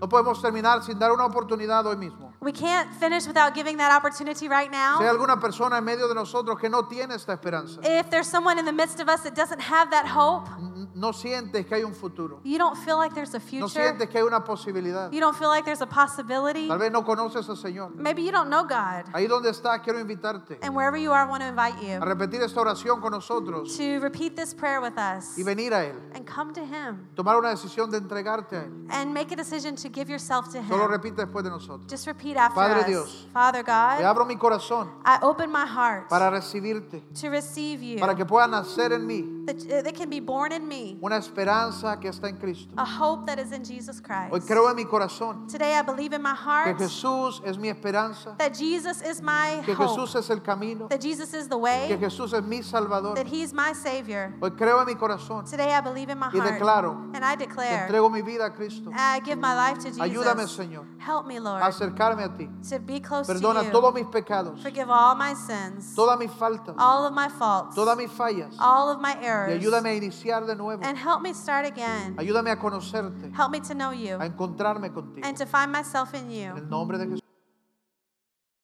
Speaker 1: No podemos terminar sin dar una oportunidad hoy mismo.
Speaker 2: We can't finish without giving that opportunity right now.
Speaker 1: Si hay alguna persona en medio de nosotros que no tiene esta esperanza,
Speaker 2: If there's someone in the midst of us that doesn't have that hope,
Speaker 1: n- no sientes que hay un futuro,
Speaker 2: you don't feel like there's a
Speaker 1: no
Speaker 2: future.
Speaker 1: sientes que hay una posibilidad,
Speaker 2: You don't feel like there's a possibility.
Speaker 1: Tal vez no conoces al Señor.
Speaker 2: Maybe you don't know God.
Speaker 1: Ahí donde estás, quiero invitarte
Speaker 2: And wherever you are, I want to invite
Speaker 1: a
Speaker 2: you
Speaker 1: repetir esta oración con nosotros
Speaker 2: to repeat this prayer with us
Speaker 1: y venir a Él.
Speaker 2: and come to Him
Speaker 1: Tomar una decisión de entregarte a Él.
Speaker 2: and make a decision to give yourself to
Speaker 1: Solo
Speaker 2: Him.
Speaker 1: repite después de nosotros.
Speaker 2: Just repeat after
Speaker 1: Padre
Speaker 2: us.
Speaker 1: Dios,
Speaker 2: Father
Speaker 1: Te
Speaker 2: God,
Speaker 1: abro mi corazón
Speaker 2: I open my heart
Speaker 1: para recibirte,
Speaker 2: to receive you,
Speaker 1: para que pueda nacer en mí
Speaker 2: that uh, that can be born in me,
Speaker 1: una esperanza que está en Cristo.
Speaker 2: a hope that is in Jesus Christ.
Speaker 1: Hoy creo en mi corazón
Speaker 2: Today I believe in my
Speaker 1: que
Speaker 2: heart
Speaker 1: Jesús es mi esperanza,
Speaker 2: that Jesus is my
Speaker 1: que
Speaker 2: hope,
Speaker 1: Jesús es el camino,
Speaker 2: that Jesus is the
Speaker 1: que
Speaker 2: way,
Speaker 1: Jesús es mi Salvador.
Speaker 2: that He's my Savior.
Speaker 1: Hoy creo en mi corazón,
Speaker 2: Today I believe in my
Speaker 1: Y
Speaker 2: heart,
Speaker 1: declaro,
Speaker 2: and I
Speaker 1: te
Speaker 2: declare,
Speaker 1: entrego mi vida a Cristo.
Speaker 2: I give my life to Jesus.
Speaker 1: Ayúdame, Señor,
Speaker 2: Help me, Lord,
Speaker 1: a acercarme a ti.
Speaker 2: to be close to
Speaker 1: Perdona
Speaker 2: you.
Speaker 1: todos mis pecados,
Speaker 2: Forgive all my sins,
Speaker 1: todas mis faltas,
Speaker 2: all of my faults,
Speaker 1: todas mis fallas.
Speaker 2: all of my
Speaker 1: Y
Speaker 2: errors,
Speaker 1: ayúdame a iniciar de nuevo.
Speaker 2: and help me start again.
Speaker 1: Ayúdame a conocerte,
Speaker 2: Help me to know you
Speaker 1: a encontrarme contigo.
Speaker 2: and to find myself in
Speaker 1: En
Speaker 2: you.
Speaker 1: el nombre de Jesús.